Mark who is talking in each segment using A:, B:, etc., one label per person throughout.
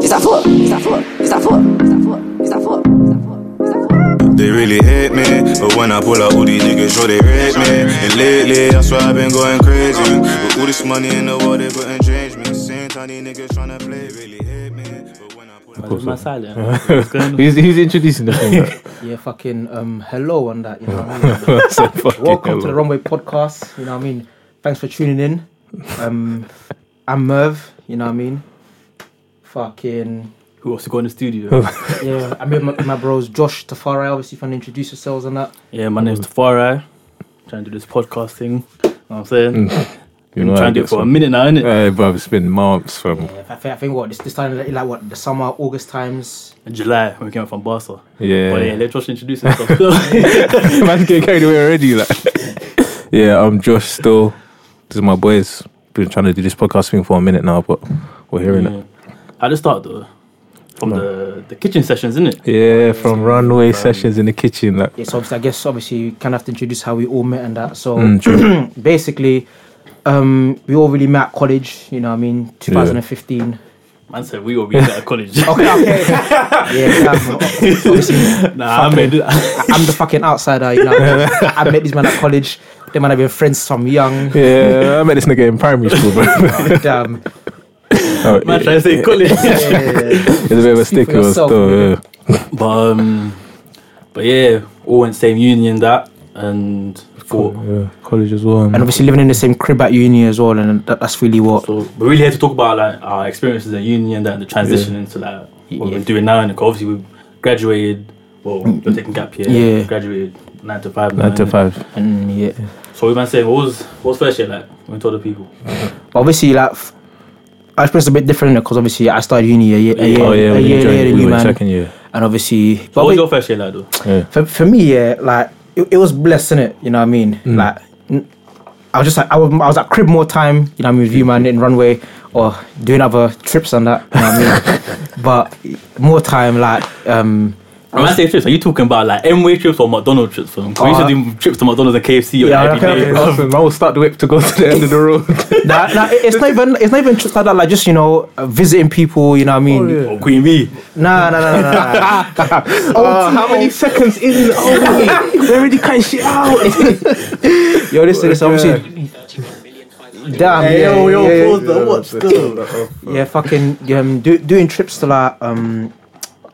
A: Está flor, está flor, está flor, está flor, está flor, está flor, está flor.
B: They really hate me, but when I pull out all these niggas, sure they rate me. And lately, that's why I've been going crazy. But all this money in the world, they couldn't change me. Same tiny niggas tryna play, really hate me. But when I pull out,
C: Cool,
D: Where's my
C: so-
D: silent? What's going on?
C: He's, he's introducing the thing.
D: Yeah, fucking um, hello on that. You know what I mean?
C: so fucking
D: Welcome to the
C: hell.
D: Runway Podcast. You know what I mean? Thanks for tuning in. Um, I'm Merv. You know what I mean? Fucking
E: Who wants to go in the studio?
D: yeah. I'm with my, my bros Josh Tafari. Obviously, if you want to introduce yourselves and that.
E: yeah, my name's Tafari. Trying to do this podcast thing. You know what I'm saying?
C: You
E: Been
C: know, I
E: trying to do
C: get
E: it for a
C: some-
E: minute now, innit?
C: Hey, bruv, it's been months from.
D: Yeah, I think, I think what this this time like, like what the summer August times.
E: In July, when we came up from Barca. But yeah,
C: Yeah.
E: let Josh introduce himself still.
C: Man's getting carried away already. Like. yeah, I'm Josh still. This is my boys. Been trying to do this podcast thing for a minute now, but we're hearing
E: yeah. How to start though? From
C: No.
E: the, the kitchen sessions, innit?
C: it. Yeah, from runway sessions in the kitchen. Like,
D: Yeah, so obviously, I guess obviously you kind of have to introduce how we all met and that. So
C: Mm, true.
D: basically, um, we all really met at college. You know what I mean? 2015.
E: Man said we will be at college.
D: Okay, okay. yeah, um, obviously,
E: nah, I made it.
D: I- I'm the fucking outsider, you know. I met these men at college. They might have been friends from young. um,
C: yeah, I met this nigga in primary school, bro.
D: Damn.
C: Oh,
E: Man
C: yeah.
E: trying to say college.
C: It's a bit of a
D: Speak
C: sticker
D: for yourself,
C: still. Yeah.
D: nigga.
E: But um, but yeah, all in same union that and thought.
C: yeah, college as well.
D: And obviously living in the same crib at uni as well, and that, that's really what.
E: So we're really here to talk about like our experiences at union that and the transition into like what
D: Yeah.
E: we're doing now. And 'cause obviously we graduated. Well, we're taking gap year.
D: Yeah.
E: graduated Mm-hmm. nine to five.
C: Nine to
E: innit?
C: five.
D: And yeah,
E: So we man saying, what was what was first year like? When we told the people.
D: But obviously like. f- I suppose it's a bit different because obviously I started uni a year, a year,
C: oh yeah,
D: a
C: when
D: year,
C: you joined,
D: later than
C: we
D: you,
C: were in
D: man.
C: second year.
D: and obviously,
E: So what was
D: but
E: your first year like though?
D: for, for me, yeah, like it, it was blessed, innit? You know what I mean? Like n- I was just like I was, I was at crib more time, you know what I mean, with you man in runway or doing other trips and that, you know what I mean? but more time like um
E: When I say trips, are you talking about like M-way trips or McDonald's trips? Fam? we used to do trips to McDonald's and KFC or
D: Yeah,
E: every
D: okay,
E: day.
D: okay.
E: bro.
C: I will start the whip to go to the end of the road.
D: nah, nah, it- it's not even it's not even trips like that, like just you know, uh, visiting people, you know what I mean?
C: Oh, yeah.
E: Or Queen Bee.
D: Nah nah nah nah, nah.
C: Oh,
D: Uh,
C: how many seconds in? Oh, they already cut shit out.
D: yo, this is obviously damn yeah, yeah, yeah, yeah. Yeah, fucking um, do, doing trips to like um,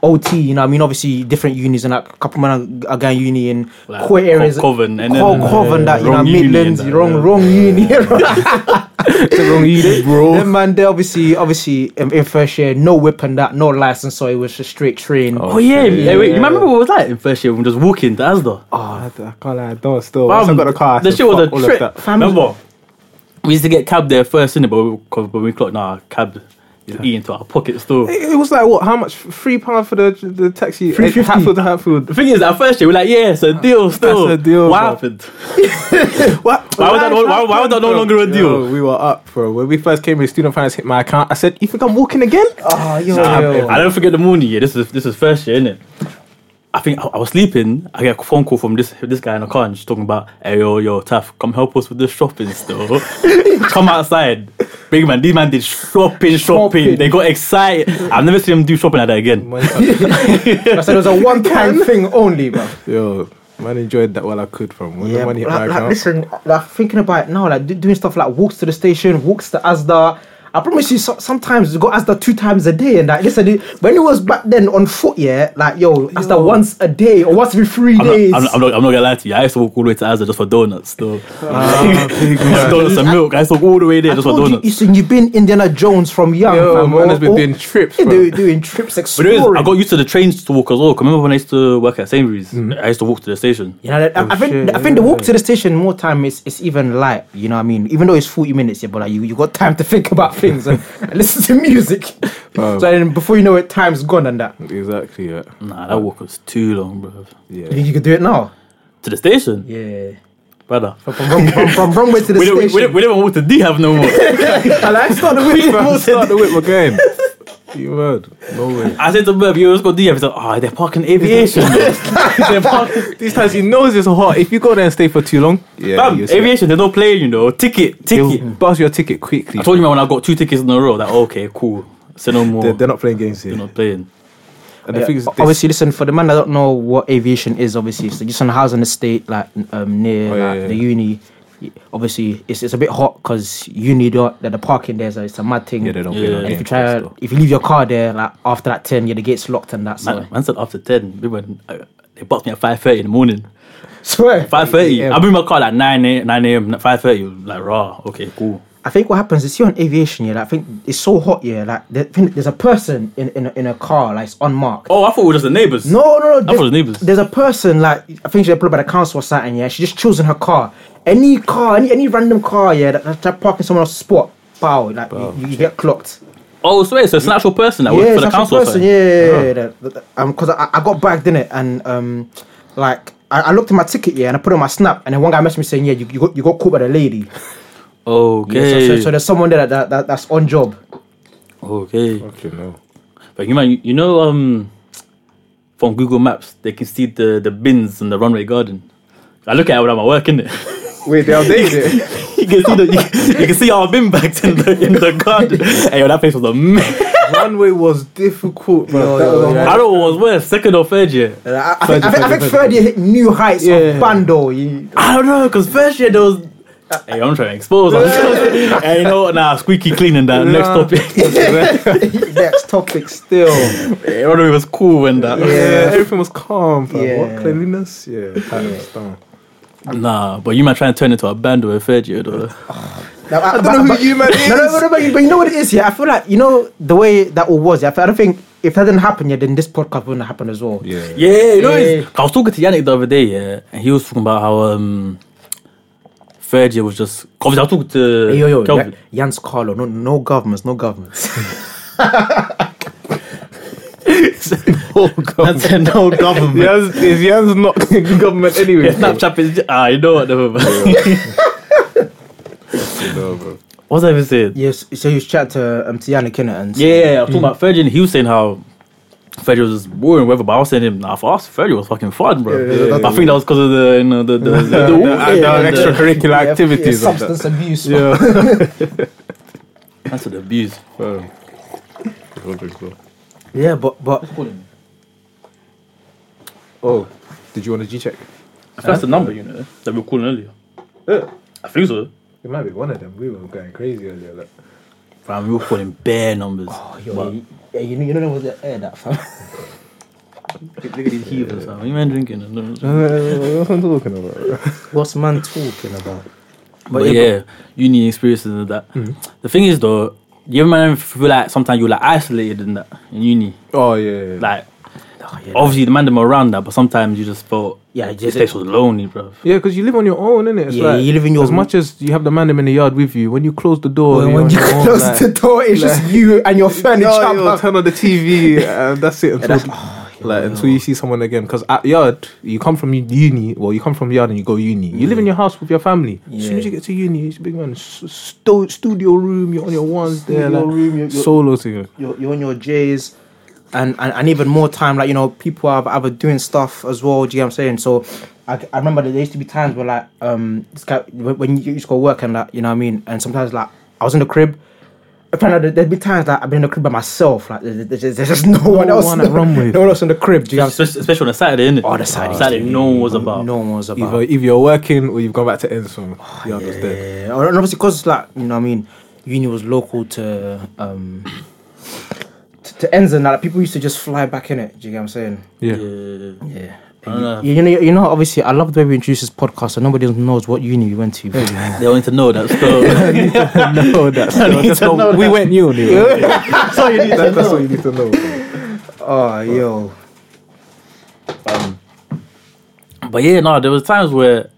D: OT. You know, what I mean, obviously different unis and like a couple men are, are going uni in
E: Like,
D: core areas,
E: Co- Coven and then
D: Co- Coven, that you know,
E: wrong uni and
D: Midlands,
E: that,
D: wrong,
E: yeah.
D: wrong uni.
C: wrong uni, bro.
D: Then man, they obviously, obviously um, in first year, no whip and that, no license, so it was just straight train.
C: Oh.
E: Oh yeah, yeah. wait, you
C: Yeah.
E: remember what it was like in first year when we just walking to Asda?
C: I can't lie, I don't still.
E: Fam,
C: Once I got the car. I
E: that
C: said,
E: shit was
C: "Fuck
E: a
C: all of
E: trip.
C: that."
D: Fam-
E: Remember, we used to get cab there first, innit? But we, cause when we clocked, nah, cab is eating to our pocket still. The
C: It was like what? How much? Three pound for the the taxi.
D: Three
C: eh,
D: fifty.
C: Hatfield to Hatfield.
E: thing is, at first year we're like, yeah, it's a deal still.
C: a deal,
E: What
C: bro.
E: happened?
C: What?
E: Why was that no- why- why was that no longer a deal?
C: Yo, we were up, bro. When we first came here, student finance hit my account. I said, "You think I'm walking again?"
D: Ah, yo, yo.
E: I don't forget the morning year. This is this is first year, innit? I think I, I was sleeping. I get a phone call from this this guy in the car, and she's talking about, "Hey yo yo, Taf, come help us with the shopping still. come outside, big man. These man did shopping, shopping.
D: Shopping.
E: They got excited. I've never seen them do shopping like that again.
D: I said it was a one-time thing only, bro.
C: Yo, man, enjoyed that while I could. From when the
D: Yeah,
C: money hit my
D: like, like,
C: account.
D: listen, like thinking about it now, like do- doing stuff like walks to the station, walks to Asda. I promise you, so, sometimes you go Asda two times a day, and like listen, it- when it was back then on foot, yeah, like yo, Asda once a day or once every 3
E: I'm not,
D: days.
E: I'm, not, I'm, not, I'm not gonna lie to you. I used to walk all the way to Asda just for donuts, though. donuts and milk. I used to walk all the way there
D: I
E: just for
D: told you,
E: donuts.
C: E
D: you see, you've been Indiana Jones from young.
C: Yo,
D: fam,
C: man,
D: or-
C: has been
D: or-
C: doing trips,
D: Yeah,
C: bro.
D: they were doing trips
E: But it
D: exploring.
E: is, I got used to the trains to walk as well. 'Cause Remember when I used to work at Sainsbury's? I used to walk to the station.
D: You know, I, I think
C: shit,
D: I think the walk to the station more time is it's even light. You know what I mean? Even though it's forty minutes, yeah, but like you, you got time to think about things and, and listen to music.
C: Wow.
D: So then before you know it, time's gone and that.
C: Exactly. Yeah.
E: Nah, that walk was too long, bro.
D: You
C: Yeah.
D: think you could do it now?
E: To the station,
D: Yeah.
E: brother.
D: From from from, from, from runway to the
E: We don't, we, we,
D: station.
E: don't, we don't walk to D have no more.
D: And I started with
C: Bro, Start the whip again. You mad? No way.
E: I said to Merv, "Yo, let's go D have." He's like, "Oh, they're parking aviation. bro. they're parking."
C: These times he knows it's hot. If you go there and stay for too long, yeah,
E: Fam,
C: you'll see
E: aviation. There's no plane, you know. Ticket,
C: it.
E: ticket.
C: You'll buzz your ticket quickly.
E: I told you man when I got two tickets in a row that okay, cool. Say no more.
C: They're, they're not playing games here.
E: You're not playing.
C: And the
D: Yeah,
C: thing is,
D: o-
C: they-
D: obviously, listen for the man that don't know what aviation is. Obviously, so just on housing estate like n- um, near
C: Oh, yeah,
D: like,
C: yeah,
D: the
C: yeah.
D: uni. y- Obviously, it's, it's a bit hot because uni don't that the parking there's a, it's a mad thing.
C: yeah, they don't
E: Yeah.
C: play no
E: And
D: And if you
C: games.
D: try,
C: though.
D: if you leave your car there like after that ten, yeah, the gate's locked and that. So
E: Man, man said after ten, they went. Uh, they boxed me at five thirty in the morning.
D: swear.
E: Five thirty.
D: Yeah.
E: I'll be in my car like nine a, nine a.m. Five thirty. Like raw. Okay, cool.
D: I think what happens is, see on aviation, yeah, like, I think it's so hot, yeah, like there, think there's a person in in a, in a car, like it's unmarked.
E: Oh, I thought we were just the neighbors.
D: No,
E: thought
D: no, no.
E: it was
D: there's-
E: neighbours.
D: There's a person like I think she employed by the council or something. Yeah, she just chose in her car. Any car, any any random car, yeah, that, that, that park in someone else's spot. Wow, like you, you get clocked.
E: Oh, so wait, so it's an actual person that
D: yeah,
E: works for
D: it's
E: the
D: actually
E: council. Uh-huh. or
D: person.
E: something?
D: Yeah, yeah, yeah. that- that- that- Um, cause I, I got bagged in it, and um, like I, I looked at my ticket, yeah, and I put it on my snap, and then one guy messaged me saying, yeah, you, you got you got caught by the lady.
E: Okay.
D: So, so, so there's someone there that, that, that that's on job.
E: okay.
C: Fucking hell.
E: But you man, you know, um, from Google Maps, they can see the the bins in the runway garden. I look at it without my work in it.
C: Wait, they outdated it.
E: you can see the you, you can see our bin bags in the in the garden. hey, yo, that place was a mess.
C: Runway was difficult, bro.
D: Yo,
C: That
D: yo,
C: was a
D: yo.
C: hard-
E: I don't know what was worse, second or third year.
D: Uh, I, I, think, I, think, I think
C: Fudge,
D: third year hit new heights
C: Yeah.
D: of Bando. You,
E: I don't know, cause first year there was. Hey, I'm trying to expose. I'm trying- hey, you know what? Nah, squeaky clean in that next
C: Nah.
E: topic.
D: next topic still.
E: Hey, runway was cool when that.
C: Yeah, everything was calm. fam.
D: Yeah.
C: What cleanliness? Yeah, that was down.
E: Nah, but you might try and turn it to a band or a third year though.
D: Now, I,
C: I don't know who you man
D: No, no,
C: is.
D: no, no, but, you, but you know what it is, yeah. I feel like you know the way that all was. Yeah, I don't think if that didn't happen, yeah, then this podcast wouldn't happen as well.
C: Yeah.
E: Yeah, you know,
D: Yeah.
E: it's- I was talking to Yannick the other day, yeah, and he was talking about how um, third year was just. Obviously, I was talking to
D: Hey, yo, yo,
E: Kelvin.
D: Jan- Jans Carlo, no, no governments, no governments.
E: I said, no government.
C: Yes, is Jan's not in government anyway?
E: Snapchat is. Ah, you know what? Never mind.
C: No, bro.
E: What was I even saying? Yeah,
D: yes, so you was chatting to um, to Yannick innit, and
E: yeah, yeah, I was
C: Mm.
E: talking about third year, and he was saying how. Third year was just boring, whatever. But I was saying to him, nah, for us, third year was fucking fun, bro.
C: Yeah, yeah,
E: But I think that was because of the, you know, the the, the, the,
C: The,
E: yeah, the-
C: extracurricular
D: Yeah,
C: activities.
D: yeah,
C: of that.
D: substance abuse.
C: Yeah.
E: That's what the abuse.
C: Bro. Rodriguez, bro.
D: yeah, but but
C: Oh, did you want a G check?
E: That's the number, you know, that we were calling earlier.
C: Yeah.
E: I think so.
C: It might be one of them. We were going crazy earlier. Look.
E: Fam, we were calling bare numbers.
D: oh, yo, you- yeah, you know, you know, there was the air that fam.
E: Look at these heathens, man. What you man drinking? uh,
C: What's Uh, I'm talking about?
D: What's man talking about?
E: But, yeah, uni experiences and that.
C: Mm.
E: The thing is though, you ever man feel like sometimes you're like isolated in that in uni.
C: Oh yeah. yeah.
E: Like
D: Oh, yeah,
E: obviously the man them around that, but sometimes you just felt
D: Yeah,
E: this
D: just-
E: place was lonely, bro.
C: yeah, because you live on your own, innit? It's
D: Yeah, you live in your
C: As much as you have the man in the yard with you, when you close the door,
D: When,
C: you're
D: when
C: on
D: you
C: your own,
D: close
C: like-
D: the door, it's just you and your furniture.
C: No, yo,
D: man.
C: turn on the TV and that's it. Until,
D: that's- oh,
C: like until you see someone again. Because at yard, you come from uni. Well, you come from yard and you go uni. You
D: Mm.
C: live in your house with your family. As soon as you get to uni, it's a big man. s- Sto- studio room. You're on your ones there.
D: Studio
C: Like,
D: room, you're- you're-
C: solo thing.
D: you're, you're on your J's and, and, and even more time, like, you know, people are either doing stuff as well. Do you know what I'm saying? So I, I remember that there used to be times where, like, um, this guy, when, when you used to go work and, like, you know what I mean? And sometimes, like, I was in the crib. Apparently, there- there'd be times that I've been in the crib by myself. Like, there- there- there's just, there's just no, one else.
C: one to run with.
D: No one else in the crib. Do you know what I'm
E: Especially, especially on a Saturday, innit?
D: Oh, the Saturday.
E: Saturday, no one was about.
D: saying? No one was about.
C: Either, if you're working or you've gone back to ends from yard was dead.
D: Oh, Yeah, and obviously because like you know, what I mean, uni was local to um to, to Enzen. Like people used to just fly back in it. Do you get what I'm saying?
C: Yeah.
E: Yeah.
D: Yeah.
E: I don't know.
D: You, you know, you know. Obviously, I love the way we introduce this podcast, so nobody knows what uni we went to.
E: They wanted to know that stuff.
C: no, that's, that's not- we went uni. that's all you need to know. That's all you need to know.
D: oh, yo.
E: But yeah, no, there was times where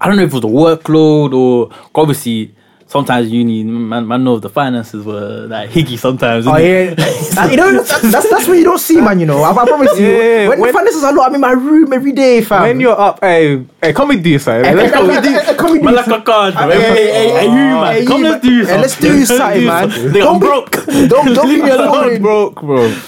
E: I don't know if it was the workload or obviously sometimes uni man, man knows the finances were like higgy sometimes.
D: Oh
E: innit?
D: yeah, That- you know that's that's, that's what you don't see, man. You know, I, I promise you.
C: Yeah, yeah, yeah.
D: when,
C: When-
D: the finances are low, I'm in my room every day, fam.
C: When you're up, hey, hey, come with this, hey.
D: Hey,
C: Let's
D: hey,
C: go
D: hey,
C: with this.
D: hey, hey, come with
E: Man
D: me,
E: like a card, bro. Oh,
D: Hey, hey, hey,
E: Hey, you, man.
D: hey,
E: Come,
D: you,
E: let's do
D: man. Hey,
E: something.
D: let's do something, man.
E: They
D: Don't
E: are
D: be-
E: broke.
D: Don't don't
C: Leave
D: be
C: me
D: alone.
C: alone, broke, bro.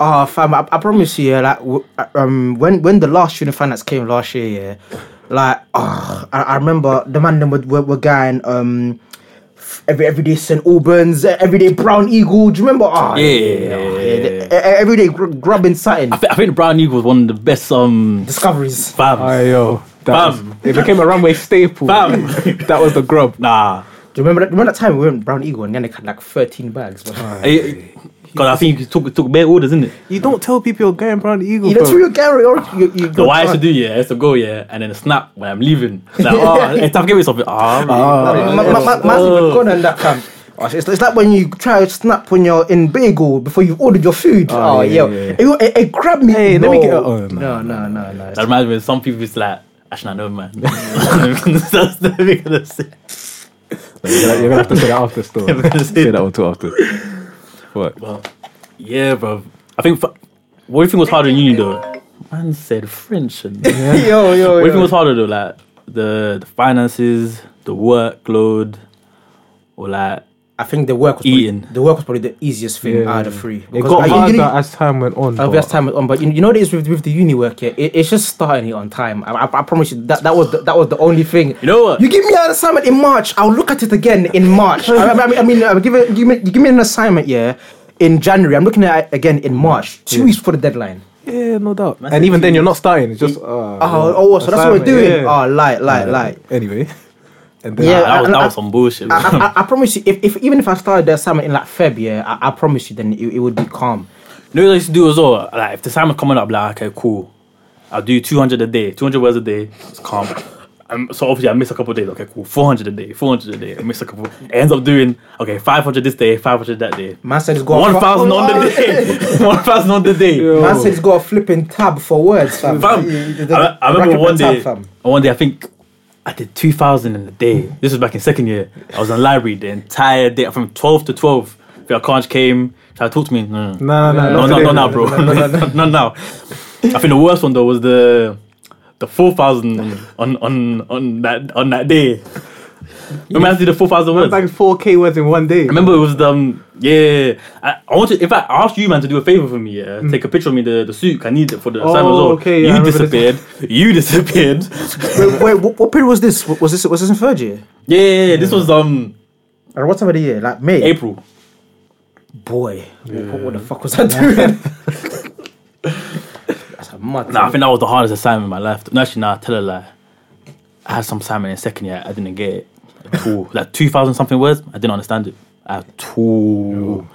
D: Oh, fam, I, I promise you, yeah, like, w- um, when when the last student finance came last ah, year, yeah, like, oh, I, I remember the man them were, were, were guy um, f- every everyday St. Albans, eh, everyday Brown Eagle. Do you remember? Ah,
E: Yeah, yeah, yeah, yeah,
D: the- e- e- Everyday gr- grabbing something.
E: I, thi- I think the Brown Eagle was one of the best um
D: Discoveries.
E: fams.
C: Ayo, that was-
E: Bam.
C: it became a runway staple.
E: Bam.
C: that was the grub.
E: nah.
D: Do you remember that, remember that time we went Brown Eagle and Yannick had like 13 bags? But,
E: Because I think you took took bare orders, innit?
C: You don't tell people you're going brown eagle.
D: you know,
C: bro.
D: through your gallery, or you, you
E: So what I used to do, yeah, I used to go, yeah, and then snap when I'm leaving. Like, oh, it's time to give me something. Ah,
C: Uh,
D: My, my, my,
E: Oh.
D: my, mine's even gone and that fam. Oh, It's, it's like when you try to snap when you're in bagel before you've ordered your food. Oh,
C: yeah,
D: yeah.
C: yeah.
D: It, it, it grabbed me.
C: Hey,
D: no.
C: let me get- oh, no.
D: no, no, no, no.
E: That reminds me of some people, it's like, actually, I know, man. That's the big gonna say.
C: You're gonna, you're gonna have to say that after still.
E: I'm gonna say
C: say that one too after. What?
E: Yeah, bro. I think, fa- what do you think was harder in uni, though? Man said French. And what do
D: yo, yo,
E: you think
D: yo.
E: was harder, though? Like, the, the finances, the workload, or like,
D: I think the work was
E: Eating.
D: Probably, the work was probably the easiest thing
C: Yeah.
D: out of Ah, the three.
C: It
D: Because,
C: got
D: like,
C: harder
D: uni-
C: as time went on.
D: Oh,
C: but-
D: best time was on, but you, you know what it is with, with the uni work here. It, it's just starting it on time. I, I, I promise you that that was the, that was the only thing.
E: You know what?
D: You give me an assignment in March, I'll look at it again in March. I, I mean, I mean, I give it, give me, you give me an assignment, yeah, in January. I'm looking at it again in March, two weeks for the deadline.
C: Yeah, no doubt. and even then, you're not starting. It's just. Uh,
D: Oh, oh, so that's what we're
C: assignment,
D: doing.
C: yeah.
D: Oh, light, light, light.
C: Anyway. And then
D: Yeah.
E: that, was,
D: and
E: that
D: I-
E: was some bullshit.
D: I, I, I- I promise you, if, if even if I started the assignment in like Feb, yeah, I, I promise you, then it, it would be calm.
E: You know what I used to do as well? Like, if the time is coming up, like, okay, cool. I'll do 200 a day, 200 words a day. It's calm. Um, so obviously I miss a couple of days. Okay, cool. 400 a day, 400 a day. I miss a couple. It ends up doing, okay, 500 this day, 500 that day.
D: Man said he's got
E: 1,000 on the day. 1,000 on the day.
D: Man said he's got a flipping tab for words, fam.
E: Fam,
D: The- the-
E: I, I
D: the
E: remember
D: bracket
E: one
D: tab,
E: day,
D: fam.
E: one day I think I did 2,000 in a day. This was back in second year. I was in the library the entire day from 12 to 12. The Akanj came, tried to talk to me. No, no,
C: No, no,
E: No,
C: no.
E: no,
C: not today.
E: no, now, bro. Not now. I think the worst one though was the the four thousand on on on that on that day. Remember I did the four thousand words.
C: It's like 4K words in one day.
E: Remember it was the um, yeah. I, I wanted in fact I asked you man to do a favor for me. Yeah, take a picture of me the the suit. I need it for the
C: Oh,
E: assignment as well.
C: okay, yeah, I
E: you
C: remember
E: disappeared.
C: this.
E: You disappeared.
D: Wait, wait, what, what period was this? Wa- Was this was this in third year?
E: yeah, yeah, yeah, this was um
D: Or what time of the year? Like May.
E: April.
D: Boy, what, what the fuck was I doing? That's a mad.
E: Nah, I think that was the hardest assignment in my life. No, actually, nah, tell a lie. I had some assignment in second year, I didn't get it. at all. Like 2,000 something words, I didn't understand it at all.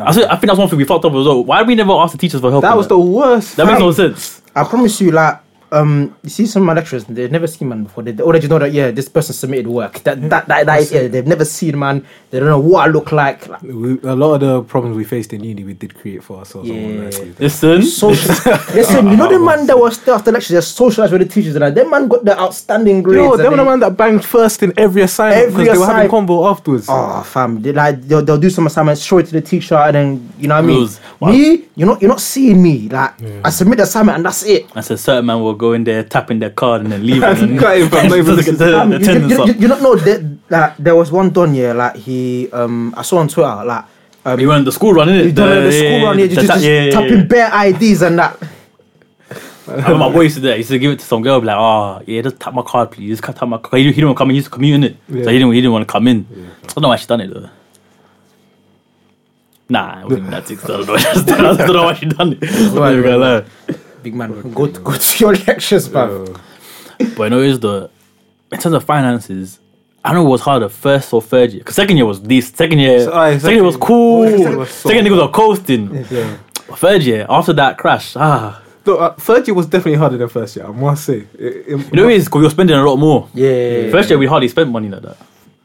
E: I, said, I think that's one thing we fucked up as well. Why we never asked the teachers for help?
C: That
E: on
C: was the worst.
E: That makes
C: time.
E: no sense.
D: I promise you, like. Um, you see some of my lecturers, they've never seen man before. They they already know that yeah, this person submitted work. That that that, that is yeah, they've never seen man. They don't know what I look like. like
C: We, a lot of the problems we faced in uni, we did create for ourselves.
D: Yeah.
C: honestly.
E: Listen,
D: social. Listen, you know the man that was still after lecture, they socialized with the teachers, and that that man got the outstanding grades.
C: Yo,
D: and
C: they were the
D: they-
C: man that banged first in every assignment
D: Every
C: because they were having
D: assign-
C: convo afterwards.
D: Oh fam, they, like they'll, they'll do some assignments, show it to the teacher, and then you know what I mean.
E: Lose. Wow.
D: Me, you're not you're not seeing me. Like I submit the assignment and that's it.
E: I said certain man will go in there, tap in their card, and then leave. and then,
C: Cut it, fam, not even
E: Just
C: looking.
E: the-
D: Um,
E: the
D: you, you,
E: attendance
D: you,
E: up.
D: you, you don't know that like, there was one don yeah, like he um I saw on Twitter like um
E: You went the school run, innit?
D: you done the,
E: yeah,
D: school
E: yeah,
D: run here,
E: the
D: you just,
E: ta-
D: just
E: yeah, yeah,
D: tapping
E: yeah.
D: bare IDs and that.
E: I remember my boy used to do that. He used to give it to some girl, be like, oh, yeah, just tap my card, please. Just tap my card. He, he didn't want to come in. He used to commute in it. So he didn't, he didn't want to come in. I don't know why she done it, though. Nah, I wasn't even that sick. so I don't know why she- I don't know why she done it. I'm not even gonna lie.
D: Big man, go to, go to your lectures,
C: Oh.
D: bruv.
E: But I know is the, in terms of finances, I know it was harder first or third year. Because second year was this. Second year,
C: So, aye,
E: second year was
C: second-
E: cool.
C: second year was so
E: second year was coasting.
C: Yeah.
E: But third year, after that crash, ah.
C: No, uh, third year was definitely harder than first year. I must say. It- it-
E: You know what it is? Because we were spending a lot more.
D: Yeah, yeah, yeah.
E: First year, we hardly spent money like that.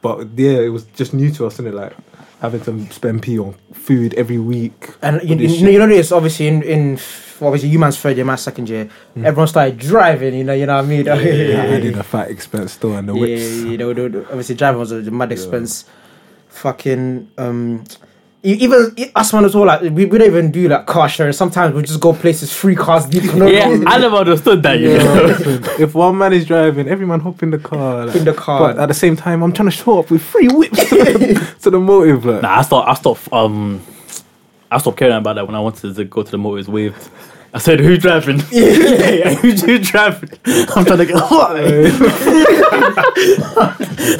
C: but yeah, it was just new to us, isn't it? Like having to spend pee on food every week.
D: And you,
C: All this
D: you, know, you know this obviously in in f- obviously you man's third year, my second year, everyone started driving. You know, you know what I mean.
C: shit. Mm. yeah, I did a fat expense store and the
D: Yeah,
C: whips.
D: yeah, yeah, they would- they would- obviously driving was a mad expense. Fucking um, e- even e- us man as well. Like we, we don't even do like car sharing. Sometimes we just go places free cars deep. You know,
E: Yeah, I never understood that. You know?
C: Yeah, listen, if one man is driving, every man hop in the car. Like,
D: In the car.
C: But at the same time, I'm trying to show up with free whips to the, to the motive. Like.
E: Nah, I stopped. I stopped. Um, I stopped caring about that when I wanted to go to the motors waved. I said, who driving? Yeah, who, who driving? I'm trying to get hot.
D: Yeah, I-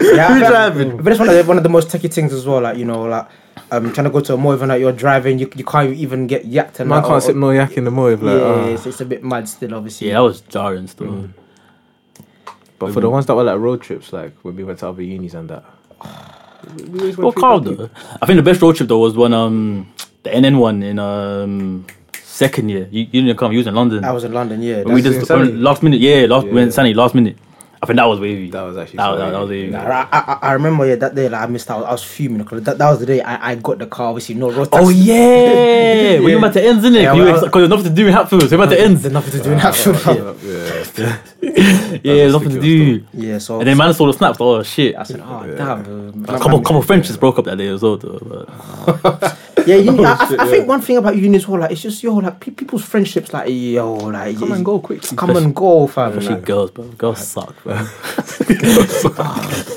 D: But it's one of the, one of the most techie things as well. Like you know, like um, trying to go to a mall even like you're driving, you, you can't even get yacked and
C: Man
D: that,
C: can't
D: or-
C: sip no yak in the morning.
D: oh. Yeah,
C: Like, ah.
D: it's, it's a bit mad still, obviously.
E: Yeah, that was jarring still.
C: But for the ones that were like road trips, like when we went to other unis and that. Oh,
E: Well, calm though. I think the best road trip though was when um the NN one in um second year. You, you didn't come. You was in London.
D: I was in London. Yeah,
E: we
D: that's-
C: in
E: just
C: Sunny.
E: last minute. Yeah, last
C: Yeah,
E: we went
C: yeah.
E: Sunny last minute. I think that was wavy.
C: That was actually
E: that, was-
C: so
E: that, that was
C: wavy.
E: wavy.
D: I, I, I remember yeah that day like I missed out. I was fuming because that, that was the day I, I got the car. Obviously, no road.
E: Oh
D: tax.
E: yeah, we were about to end, innit?
D: Yeah,
E: it?
D: well,
E: because there was nothing to do in Hatfield, so we were about to end.
D: There's nothing to do in Hatfield.
C: Yeah.
E: Yeah, there's nothing to do.
D: Yeah, so
E: And then man saw the snaps. Oh shit!
D: I said, oh damn. uh,
E: A couple, couple Frenchies broke up that day as well. Though, but
D: Yeah, you, I, I, I think one thing about uni as well, like it's just yo, like pe- people's friendships, like yo, like
C: Come and go quickly.
D: come and go, fam.
E: especially
D: Like,
E: girls, bro. Girls suck, bro.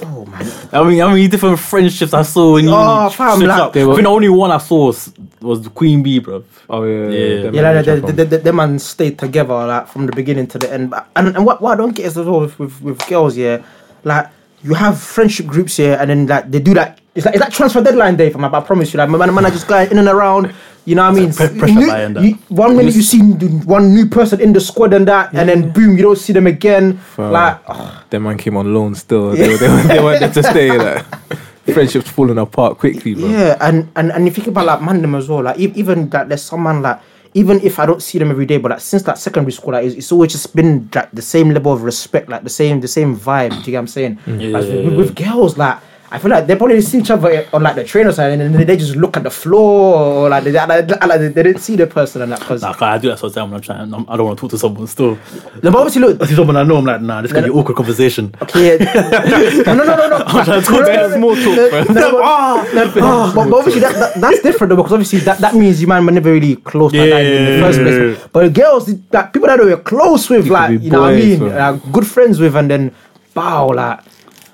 D: oh man,
E: I mean, how many different friendships I saw in uni?
D: Oh, fam,
E: Straight
D: like-
E: up.
C: They were-
E: I think the only one I saw was, was the Queen Bee, bro.
C: Oh yeah.
E: Yeah.
C: them
D: yeah,
C: man
D: like
C: in
D: the,
C: Japan.
D: the, the, the, them man stayed together like from the beginning to the end. But- And and what, what I don't get is as well with, with, with girls, yeah, like you have friendship groups here, and then like they do that. It's like it's like transfer deadline day for my. But I promise you, like my man, man, I just going in and around. You know what I mean?
E: pre- pressure
D: New-
E: buy and that.
D: you- one minute you see n- one new person in the squad and that, and then boom, you don't see them again.
C: Fam.
D: Like
C: Them man came on loan still. They, were, they, were, they weren't there to stay. Like friendships falling apart quickly, bro.
D: Yeah, and and and you think about like man them as well. Like e- even that there's someone like even if I don't see them every day, but like since that secondary school, like it's, it's always just been like the same level of respect, like the same the same vibe. Do you get what I'm saying?
E: Mm. Yeah,
D: Like,
E: yeah,
D: with, with girls, like. I feel like they probably see each other on like the train or something, and then they just look at the floor, or like they, like, like, they didn't see the person and that. Cause
E: Nah, I do that sometimes when I'm trying. I'm, I don't want to talk to someone still.
D: no, but obviously, look,
E: I see someone I know, I'm like, nah, this is gonna be an awkward conversation.
D: Yeah. no, no, no, no, no.
E: I'm trying to talk to
D: No, no,
E: him.
D: no,
E: Small
D: no, no, no, no, no, but- But obviously, that, that, that's different though, because obviously that, that means you man were never really close like that in the
E: Yeah.
D: first place. But the girls, like, people that we were close with, like,
C: be
D: you know what I
C: boys,
D: mean?
C: man.
D: Like, good friends with, and then, wow, like,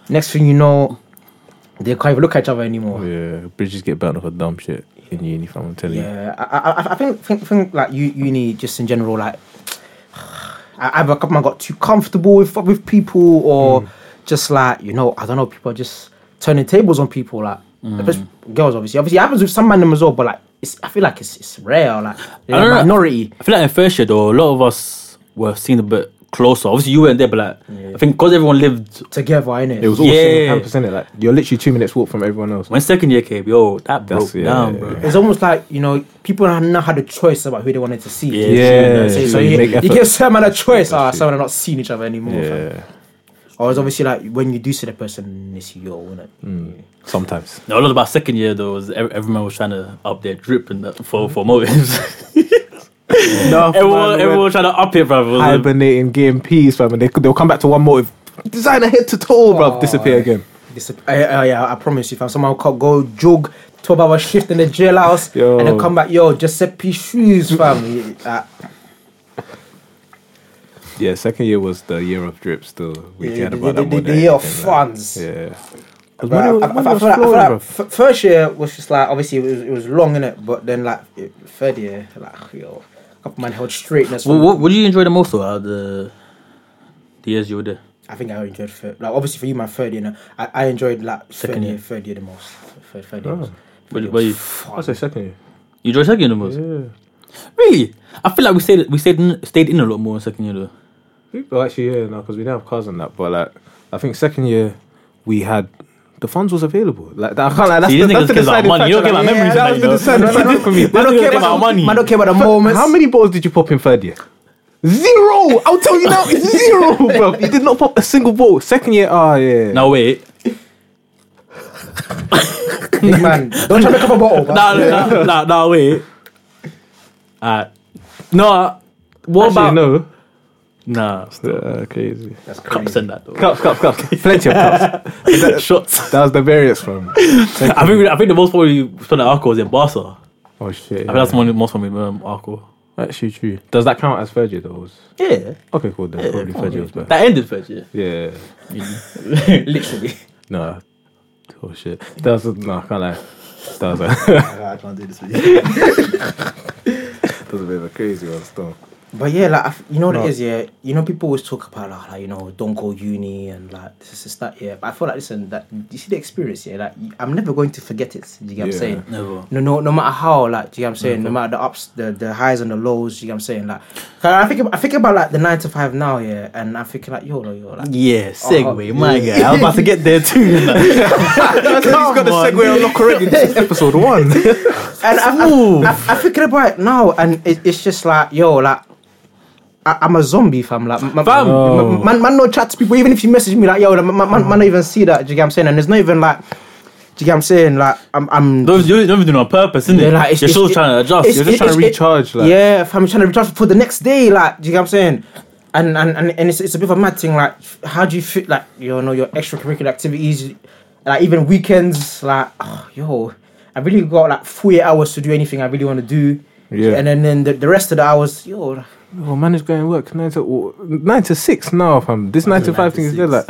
D: next thing you know, they can't even look at each other anymore.
C: Yeah, bridges get burnt off a dumb shit in uni, fam. I'm telling you.
D: Yeah, I, I, I- I think, think, think like you, uni just in general, like I either a couple man got too comfortable with with people,
C: Hmm.
D: or just like you know, I don't know, people are just turning tables on people, like
C: Hmm.
D: especially girls, obviously. Obviously, it happens with some man them as well, but like it's, I feel like it's it's rare, like
E: I
D: they're
E: don't
D: a
E: know.
D: minority.
E: I feel like in first year though, a lot of us were seen a bit closer. Obviously, you weren't there, but like, I think because everyone lived.
D: Together, innit?
C: It was all yeah.
E: Yeah.
C: campus, innit? Like you're literally two minutes walk from everyone else.
E: When second year came, yo, that broke
C: That's- yeah,
E: down,
C: yeah,
E: bro.
C: yeah.
D: it's almost like you know people have not had a choice about who they wanted to see.
E: Yeah.
D: You know what I'm
C: Yeah,
D: saying?
C: so
D: so
C: you
D: you,
C: make
D: you
C: effort.
D: give someone a choice. Ah,
C: That's it.
D: someone are not seeing each other anymore. fam.
C: Yeah,
D: Or it's obviously like when you do see the person, it's you, innit?
C: Hmm. sometimes.
E: No, a lot about second year though was ev- everyone was trying to up their drip and that for
C: Mm.
E: for motives.
C: No,
E: everyone, everyone was trying to up it, bro. It was a-
C: hibernating, game peace, fam, and they they'll come back to one motive. Designer head to toe, bruv, disappear again.
D: Disap- I, I, yeah, I promise you, fam. Someone could go jog 12 hour shift in the jailhouse
C: Yo. Mm.
D: and then come back, yo, Giuseppe shoes, fam. uh,
C: Yeah, second year was the year of drip. Still, we
D: Yeah,
C: cared
D: the-
C: about that
D: the- the-
C: more
D: the
C: than
D: year of
C: anything, like,
D: funds.
C: Yeah, 'Cause
D: but I-
C: money was-
D: I- I
C: money
D: feel
C: was
D: like- I feel
C: flowing,
D: like
C: bruv.
D: f- First year was just like, obviously, it was, it was long, innit? But then, like, it, third year, like, yo, couple man held straightness.
E: What, what, what did you enjoy the most though, out of the the years you were there?
D: I think I enjoyed third. Like, obviously, for you, man, third year, no, I, I enjoyed, like,
E: Second
D: third year,
E: year.
D: third year the most. Third, third year.
C: Oh.
D: was-
E: What,
D: third
E: what
D: year
E: you,
D: was
C: I
D: fun.
C: say second year.
E: you enjoyed second year the most?
C: Yeah.
E: Really? I feel like we stayed we stayed in, stayed in a lot more in second year though.
C: Well, actually, yeah, no, because we didn't have cars and that. But like, I think second year we had the funds was available. Like, that, I can't like that's,
E: See,
C: the,
E: these
C: that's
E: niggas
C: the
E: cares about
C: deciding
E: money. You don't
C: factor,
E: care about
C: like,
E: memories,
C: that
E: man,
C: was
E: you
C: the
E: know.
C: deciding factor for me.
E: Man don't
D: don't
E: care
D: care
E: about money.
D: Man don't care about the moments.
C: How many balls did you pop in third year? Zero. I'll tell you now, zero, bro. You did not pop a single ball. Second year, ah, yeah.
E: No wait.
D: Big man, don't try to cover bottle. but-
E: Nah, nah, nah, nah, wait. Alright. No, what
C: Actually,
E: about
C: no.
E: Nah, still.
C: Uh, crazy.
D: That's
E: Can't
D: crazy.
E: send that though.
C: Cups, cups, cups. Plenty of cups.
E: Shots.
C: That was the variance from.
E: I think I think the most probably we spent at Arco was in Barca.
C: Oh shit.
E: I think that's the one most probably um, Arco.
C: actually true. Does that count as third year though?
E: Yeah.
C: Okay, cool. Then probably third year was better.
E: That ended first year.
C: Yeah.
D: Literally.
C: No. Oh shit. That was no. I can't lie. That was.
D: I can't do this with you.
C: That's a bit of a crazy one still.
D: But yeah, like I f- you know what
C: No.
D: it is, yeah. You know, people always talk about like, like, you know, don't go uni and like this is that, yeah. But I feel like listen, that you see the experience, yeah. Like you- I'm never going to forget it. Do you get what
C: Yeah.
D: I'm saying?
E: Never.
D: No, no, no matter how, like, do you get what I'm saying? No matter the ups, the, the highs and the lows. Do you get what I'm saying? Like, 'cause I think ab- I think about like the nine to five now, yeah. And I'm thinking like, yo, yo, yo, like,
E: Yeah, segue,
C: Uh-huh.
D: Oh,
E: my guy. I was about to get there too. you know.
C: He's got the
E: on.
C: segue unlocked already. This is episode one.
D: and I, I, I, I thinking about it now, and it, it's just like, yo, like. I, I'm a zombie, fam. Like, man,
E: Fam.
D: man, man, no chat to people. Even if you message me, like, yo, like, man, man, man, don't even see that. Do you get what I'm saying? And there's not even like, do you get what I'm saying? Like, I'm, I'm.
E: Those you don't do it on purpose, isn't
D: Yeah,
E: it?
D: like, it's-
E: You're still
D: it's-
E: trying to adjust.
D: it's-
E: You're just
D: it's-
E: trying to
D: it's-
C: recharge, like.
D: yeah, fam, trying to recharge for the next day. Like, do you get what I'm saying? And and and, and it's, it's a bit of a mad thing. Like, how do you fit? Like, you know, your extracurricular activities, like even weekends. Like, oh, yo, I really got like 48 hours to do anything I really want to do.
C: Yeah.
D: And then then the, the rest of the hours, yo.
C: Oh man is going to work nine to oh, nine to six now, fam. This nine to five thing is dead, like,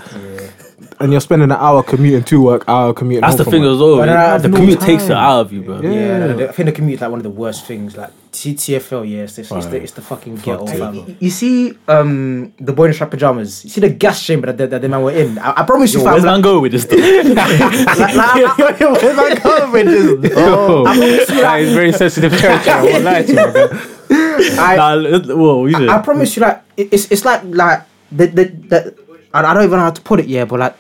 C: and you're spending an hour commuting to work, hour commuting.
E: That's
C: home
E: the
C: from
E: thing
C: work.
E: as well.
D: But I
E: man.
D: have
E: The
C: no
E: commute takes it
C: time.
E: out of you, bro.
C: Yeah.
D: Yeah, no, the- I think the commute is like one of the worst things. Like T- TFL, yeah, it's, it's, it's, the, it's the fucking ghetto. fam. You, see, um, the boy in the strap pajamas. You see the gas chamber that the, that the man were in. I, I promise you,
E: Yo,
D: fam.
E: where's
D: like-
E: man go with this stuff?
D: like, like, I-
C: Oh, that is very sensitive territory. I won't lie to you. bro.
D: I-
E: nah, let- whoa, you
D: I
E: know.
D: promise you, like it- it's it's like like the the, the I, I don't even know how to put it, yeah, but like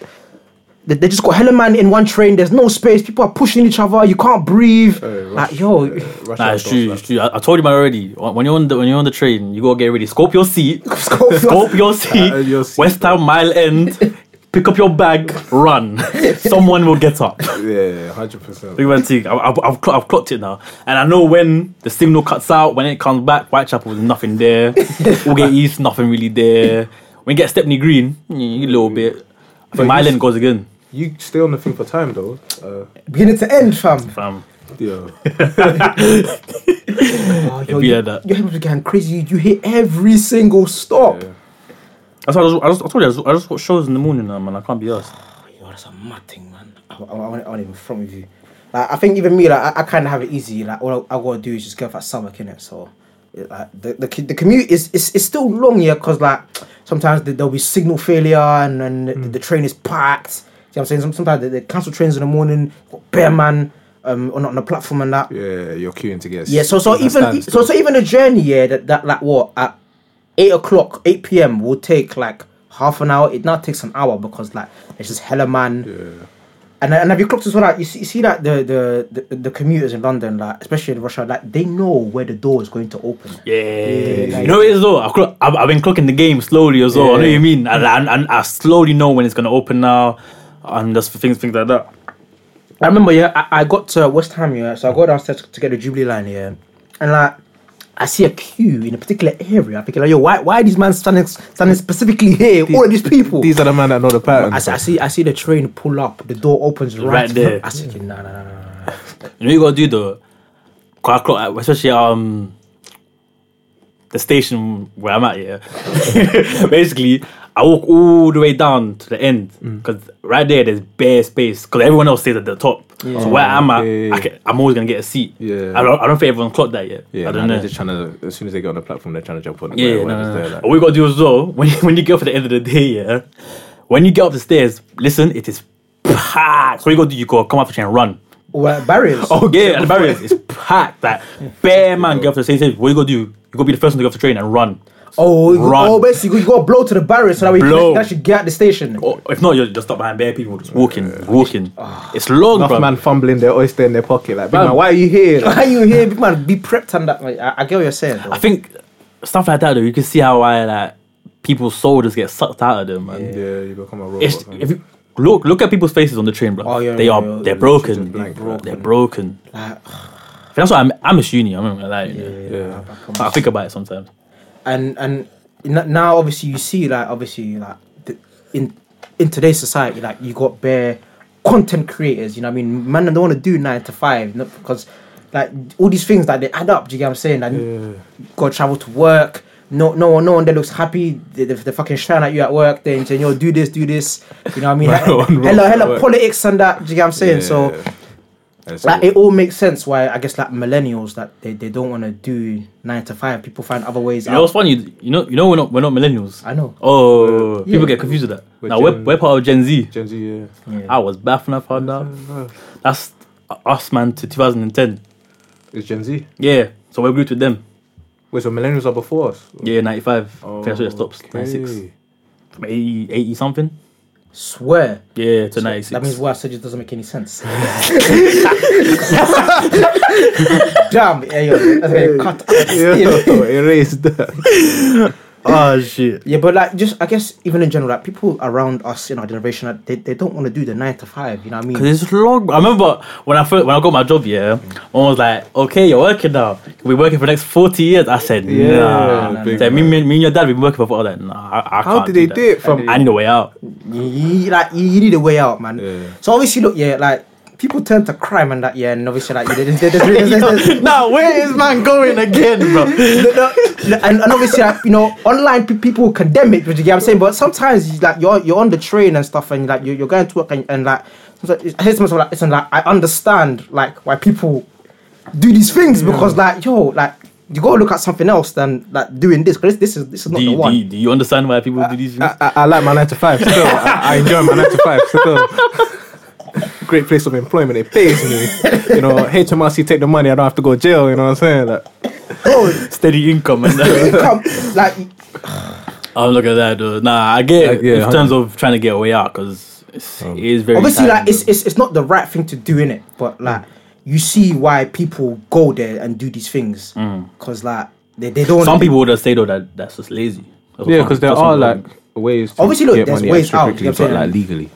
D: they, they just got hella man in one train. There's no space. People are pushing each other. You can't breathe. like yo,
C: Rush
E: Nah,
C: hour
E: it's
C: doors,
E: true,
C: like.
E: it's true. I, I told you man already. When you're on the when you're on the train, you gotta get ready. Scope your seat.
D: Scope your-
E: Scope your seat.
C: Uh, your seat,
E: West Ham mile end. Pick up your bag. Run. Someone will get up.
C: Yeah, hundred percent.
E: Big Man Teague. I- I've, I've, cl- I've clocked it now. And I know when the signal cuts out, when it comes back, Whitechapel is nothing there. Woolgate East, nothing really there. When you get Stepney Green, mm, a little bit. I think
C: you
E: Myland goes again.
C: You stay on the thing for time though. Uh,
D: beginning to end, fam.
E: Fam.
C: yeah,
D: Oh, yo,
E: be
D: you,
E: like that.
D: your head was getting crazy. You, you hit every single stop.
C: Yeah.
E: That's why I, was, I, was, I told you, I, was, I just watch shows in the morning now, man. I can't be asked.
D: Yo, that's a mad thing, man. I, I, I, want- I want even front with you. Like, I think even me, like, I, I kind of have it easy. Like, all I, I gotta do is just go for that stomach, innit? So, it, like, the, the c- the commute is it's, it's still long, yeah, because like sometimes there- there'll be signal failure and then the, the train is packed. You know what I'm saying? Some- Sometimes they, they cancel trains in the morning, got bare man um, on, on the platform and that.
C: yeah. You're queuing to get. a
D: Yeah, so so
C: seat.
D: even
C: Understand
D: so so even the journey, yeah, that, that like what at eight o'clock, eight PM will take like half an hour. It now takes an hour because like it's just hella man.
C: Yeah.
D: And and have you clocked as well? Like you see, you see like the, the the the commuters in London, like especially in Russia, like they know where the door is going to open.
E: Yeah. You know what it is though? I clock, I've, I've been clocking the game slowly as well. I know what you mean. And, and, and I slowly know when it's going to open now. And just things, things like that.
D: I remember, yeah, I, I got to West Ham, yeah, so I go downstairs to get the Jubilee line, yeah, and like I see a queue in a particular area. I'm thinking, like, yo, why why are these men standing standing specifically here? all of these people.
C: These are the man that know the pattern.
D: I, see- I see, I see the train pull up. The door opens right,
E: Right there.
D: I said, nah, nah, nah, nah, nah.
E: You know what you gotta do though. Cause I clock, especially um the station where I'm at. Yeah, basically, I walk all the way down to the end
C: Mm.
E: because right there there's bare space because everyone else stays at the top. So where I'm at,
C: yeah, yeah.
E: I can, I'm always gonna get a seat.
C: Yeah.
E: I don't, I don't think everyone clocked that yet.
C: yeah,
E: I don't
C: nah,
E: know.
C: They're just trying to. As soon as they get on the platform, they're trying to jump on.
E: Yeah,
C: where-
E: no,
C: where
E: no,
C: it's
E: no.
C: there, like.
E: What oh, we gotta do as well when you, when you get up at the end of the day, yeah. When you get up the stairs, listen, it is packed. So what you gotta do, you gotta come up the train and run.
D: Well, barriers.
E: Oh yeah, and the barriers is packed. That bare man get off the same stage. What you gonna do? You gonna be the first one to get off the train and run.
D: oh, you-
E: Run.
D: oh, basically, you got to blow to the barriers so that way you can
E: Blow.
D: actually- actually get at the station.
E: Or if not, you're just stuck behind bare people just walking, walking. It's long,
C: Enough
E: bro.
C: man fumbling their oyster in their pocket. Like, big
E: Bruv.
C: man, why are you here?
D: Why you here, big man? Be prepped on that. mate. I, I get what you're saying. Though.
E: I think stuff like that though. You can see how I like people's soul just get sucked out of them, man.
C: yeah, you become a robot.
E: It's
C: man.
E: if you look look at people's faces on the train, bro.
D: Oh, yeah,
E: they
D: yeah,
E: are
D: yeah,
E: they're
D: yeah.
E: broken.
C: Blank, bro.
E: They're broken. That's why I'm I'm a uni. I'm not gonna lie. you know.
C: yeah.
E: I think about it sometimes.
D: and and n- now obviously you see like obviously like the, in in today's society like you got bare content creators you know what i mean man don't want to do nine to five not because like all these things like they add up do you get what i'm saying like gotta travel to work no no one no one that looks happy they, they, they fucking shine at you at work then saying yo do this do this you know what i mean
C: Right,
D: hello
C: one wrong
D: hello
C: at
D: hello
C: work.
D: politics and that do you get what i'm saying so
C: Yeah. And so-
D: like it all makes sense why I guess like millennials that they, they don't want to do nine to five. People find other ways.
E: You know what's funny? You know, you know we're not we're not millennials.
D: I know.
E: Oh,
D: Yeah.
E: people get confused with that.
C: We're
E: now we're,
C: Gen-
E: we're part of Gen Z.
C: Gen Z, yeah.
E: I was baffled when I found out. That's us, man, to 2010.
C: It's Gen Z.
E: Yeah, so we're grouped with them.
C: Wait, so millennials are before us?
E: Yeah, 95. Oh, That's where it stops.
C: Okay.
E: 96. From 80, 80 something.
D: Swear.
E: Yeah, to
D: That
E: 96.
D: means what I said just doesn't make any sense. Damn. Yeah, yo, that's gonna get cut. out.
C: Yeah, erase that.
E: oh, shit.
D: Yeah, but like just I guess even in general, like people around us in our generation, like, they, they don't want to do the nine to five. You know what I mean?
E: Cause it's long. bro. I remember when I first, when I got my job, yeah, one was like, "Okay, you're working now. We're working for the next forty years." I said,
C: Yeah,
E: "Nah."
C: big
E: Said, me, me, me and your dad, we've been working for. four- I was like, "Nah, I, I
C: How
E: can't
C: did they
E: that."
C: do it from-
E: I need a way out.
D: You, you- like you, you need a way out, man.
C: Yeah.
D: So obviously, look, yeah, like people turn to crime and that, yeah, and obviously, like there's, there's, there's, there's, there's,
E: now where is man going again, bro?
D: and, and obviously, like you know, online pe- people condemn it. But you get what I'm saying? But sometimes, you- like you're you're on the train and stuff, and like you're, you're going to work, and, and like sometimes it's- I hear someone say, like, listen, like I understand like why people do these things because like yo, like you gotta look at something else than like doing this because this, this is this is not
E: Do
D: the
E: you,
D: one.
E: do, you, do you understand why people do these things?
C: I, I, I like my 9 to 5 still. I, I enjoy my 9 to 5 still. Great place of employment. It pays me. You know, HMRC take the money. I don't have to go to jail. You know what I'm saying? Like,
D: Bro,
E: Steady income and
D: come, like
E: I'm looking at that. Though. Nah, I get
C: Like,
E: it
C: yeah,
E: in terms of trying to get a way out because it is very
D: obviously
E: tiring,
D: like it's,
E: bro.
D: it's it's not the right thing to do in it but
E: Mm.
D: like you see why people go there and do these things because like they, they don't
E: Mm. some people would have said though that that's just lazy. That's what
C: yeah,
E: some-
C: because there
E: that's what
C: are
E: some-
C: like ways. To
D: Obviously, look,
C: get
D: there's
C: money
D: ways
C: extra
D: out,
C: quickly,
D: you know what I'm
C: but,
D: saying?
C: like legally.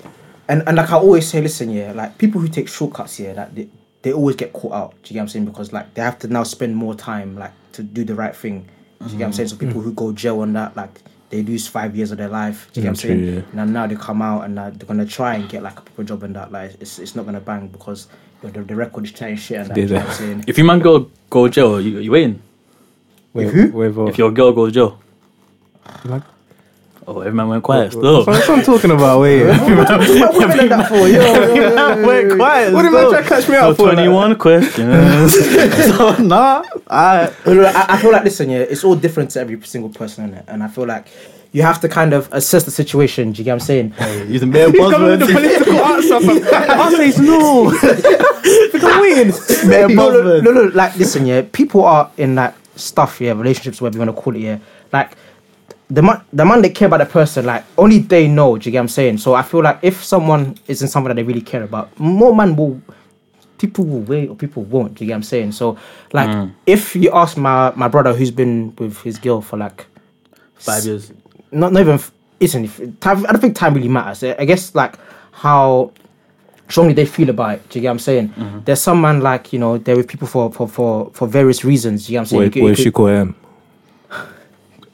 D: and, and like I always say listen yeah like people who take shortcuts here like they, they always get caught out do you get what I'm saying because like they have to now spend more time like to do the right thing do you get what I'm saying so people who go jail on that like they lose five years of their life. Do you get what I'm
C: true,
D: saying?
C: yeah.
D: And now they come out and uh, they're gonna try and get like a proper job and that. Like it's, it's not gonna bang because you know, the, the record is trying shit and that. Do you
C: Did
D: know
C: they?
D: what I'm saying?
E: If you man go go jail, you you waiting.
C: Wait,
D: who?
C: wait,
E: If your girl goes jail,
C: Like-
E: oh, every man went quiet still.
C: That's what I'm talking about. Wait, what
D: What women are that for? Yo, yo, yo.
E: went quiet.
C: did man try to catch
E: So
C: me out for? like?
E: Twenty-one questions. so nah, I
D: But look, I, I feel like listen, yeah, it's all different to every single person in it, and I feel like you have to kind of assess the situation. Do you get what I'm saying?
E: using bare buzzwords.
C: political answer. Answer is no. Because win.
E: Bare
D: no, no,
E: buzzwords.
D: no, no, like listen, yeah, people are in like stuff, yeah, relationships, whatever you want to call it, yeah, like. The man, the man that care about the person, like only they know. Do you get what I'm saying? So I feel like if someone is in something that they really care about, more man will, people will wait or people won't. Do you get what I'm saying? So like, if you ask my my brother who's been with his girl for like
E: Five years.
D: not, not even isn't if- time, I don't think time really matters. I I guess like how strongly they feel about it. Do you get what I'm saying? There's some man like you know they're with people for for for, for various reasons. Do you get what I'm saying? You
C: Wait,
D: could- you
C: where's
D: could-
C: Chico M?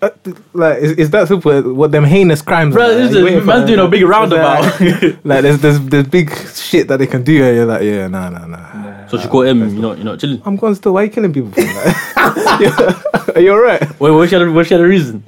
C: Uh, th- Like is, is that simple? What them heinous crimes?
E: Bro,
C: are,
E: this
C: like,
E: is
C: you waiting
E: a,
C: for
E: man's
C: them-
E: doing a big roundabout.
C: Like there's there's there's big shit that they can do. And you're like, yeah, nah, nah, nah.
E: so she caught him. You know, you know, chilling.
C: I'm going still. Why you killing people? For that? are you alright?
E: Wait, what she had, a- what she had a reason?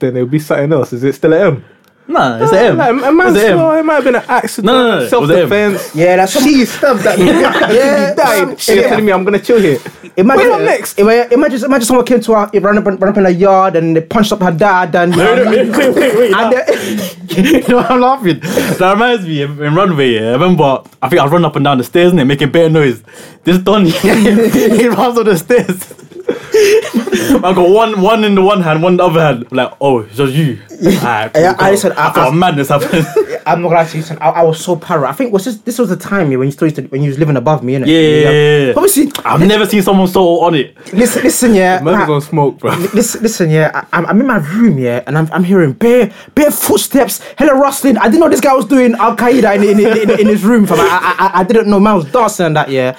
C: Then it'll be something else. Is it still an M?
E: Nah, it's a M.
C: Like, a man's
E: It's a M.
C: It might have been an accident.
E: No, no, no, it was
C: Self defense.
D: Yeah, that's she stabbed that. yeah,
C: Died.
D: um,
C: And You're telling me I'm gonna chill here.
D: Imagine,
C: Wait, I'm next.
D: Imagine, imagine, imagine someone came to her, ran up, ran up in her yard, and they punched up her dad, and
E: wait, wait, wait, wait.
D: and they-
E: you know, I'm laughing. That reminds me in in runway. Yeah, I remember. I think I was running up and down the stairs and making bad noise. This Donny, he runs on the stairs. I got one, one in the one hand, one in the other hand. I'm like, oh, it's just you. Alright,
D: Yeah,
E: cool,
D: I
E: cool.
D: said, I-
E: I thought madness happened.
D: I'm not gonna lie to you, son, I, I was so paranoid. I think was this this was the time yeah, when you still used to, when you was living above me, innit?
E: Yeah, yeah, yeah, yeah.
D: Obviously,
E: I've never seen someone so on it.
D: listen, listen, yeah.
C: Man's
D: nah.
C: gonna smoke, bro.
D: Listen, listen, yeah. I, I'm, I'm in my room, yeah, and I'm, I'm hearing bare, bare footsteps, hella rustling. I didn't know this guy was doing Al Qaeda in, in, in, in, in his room. Fam. I, I, I- I didn't know man was dancing and that, yeah.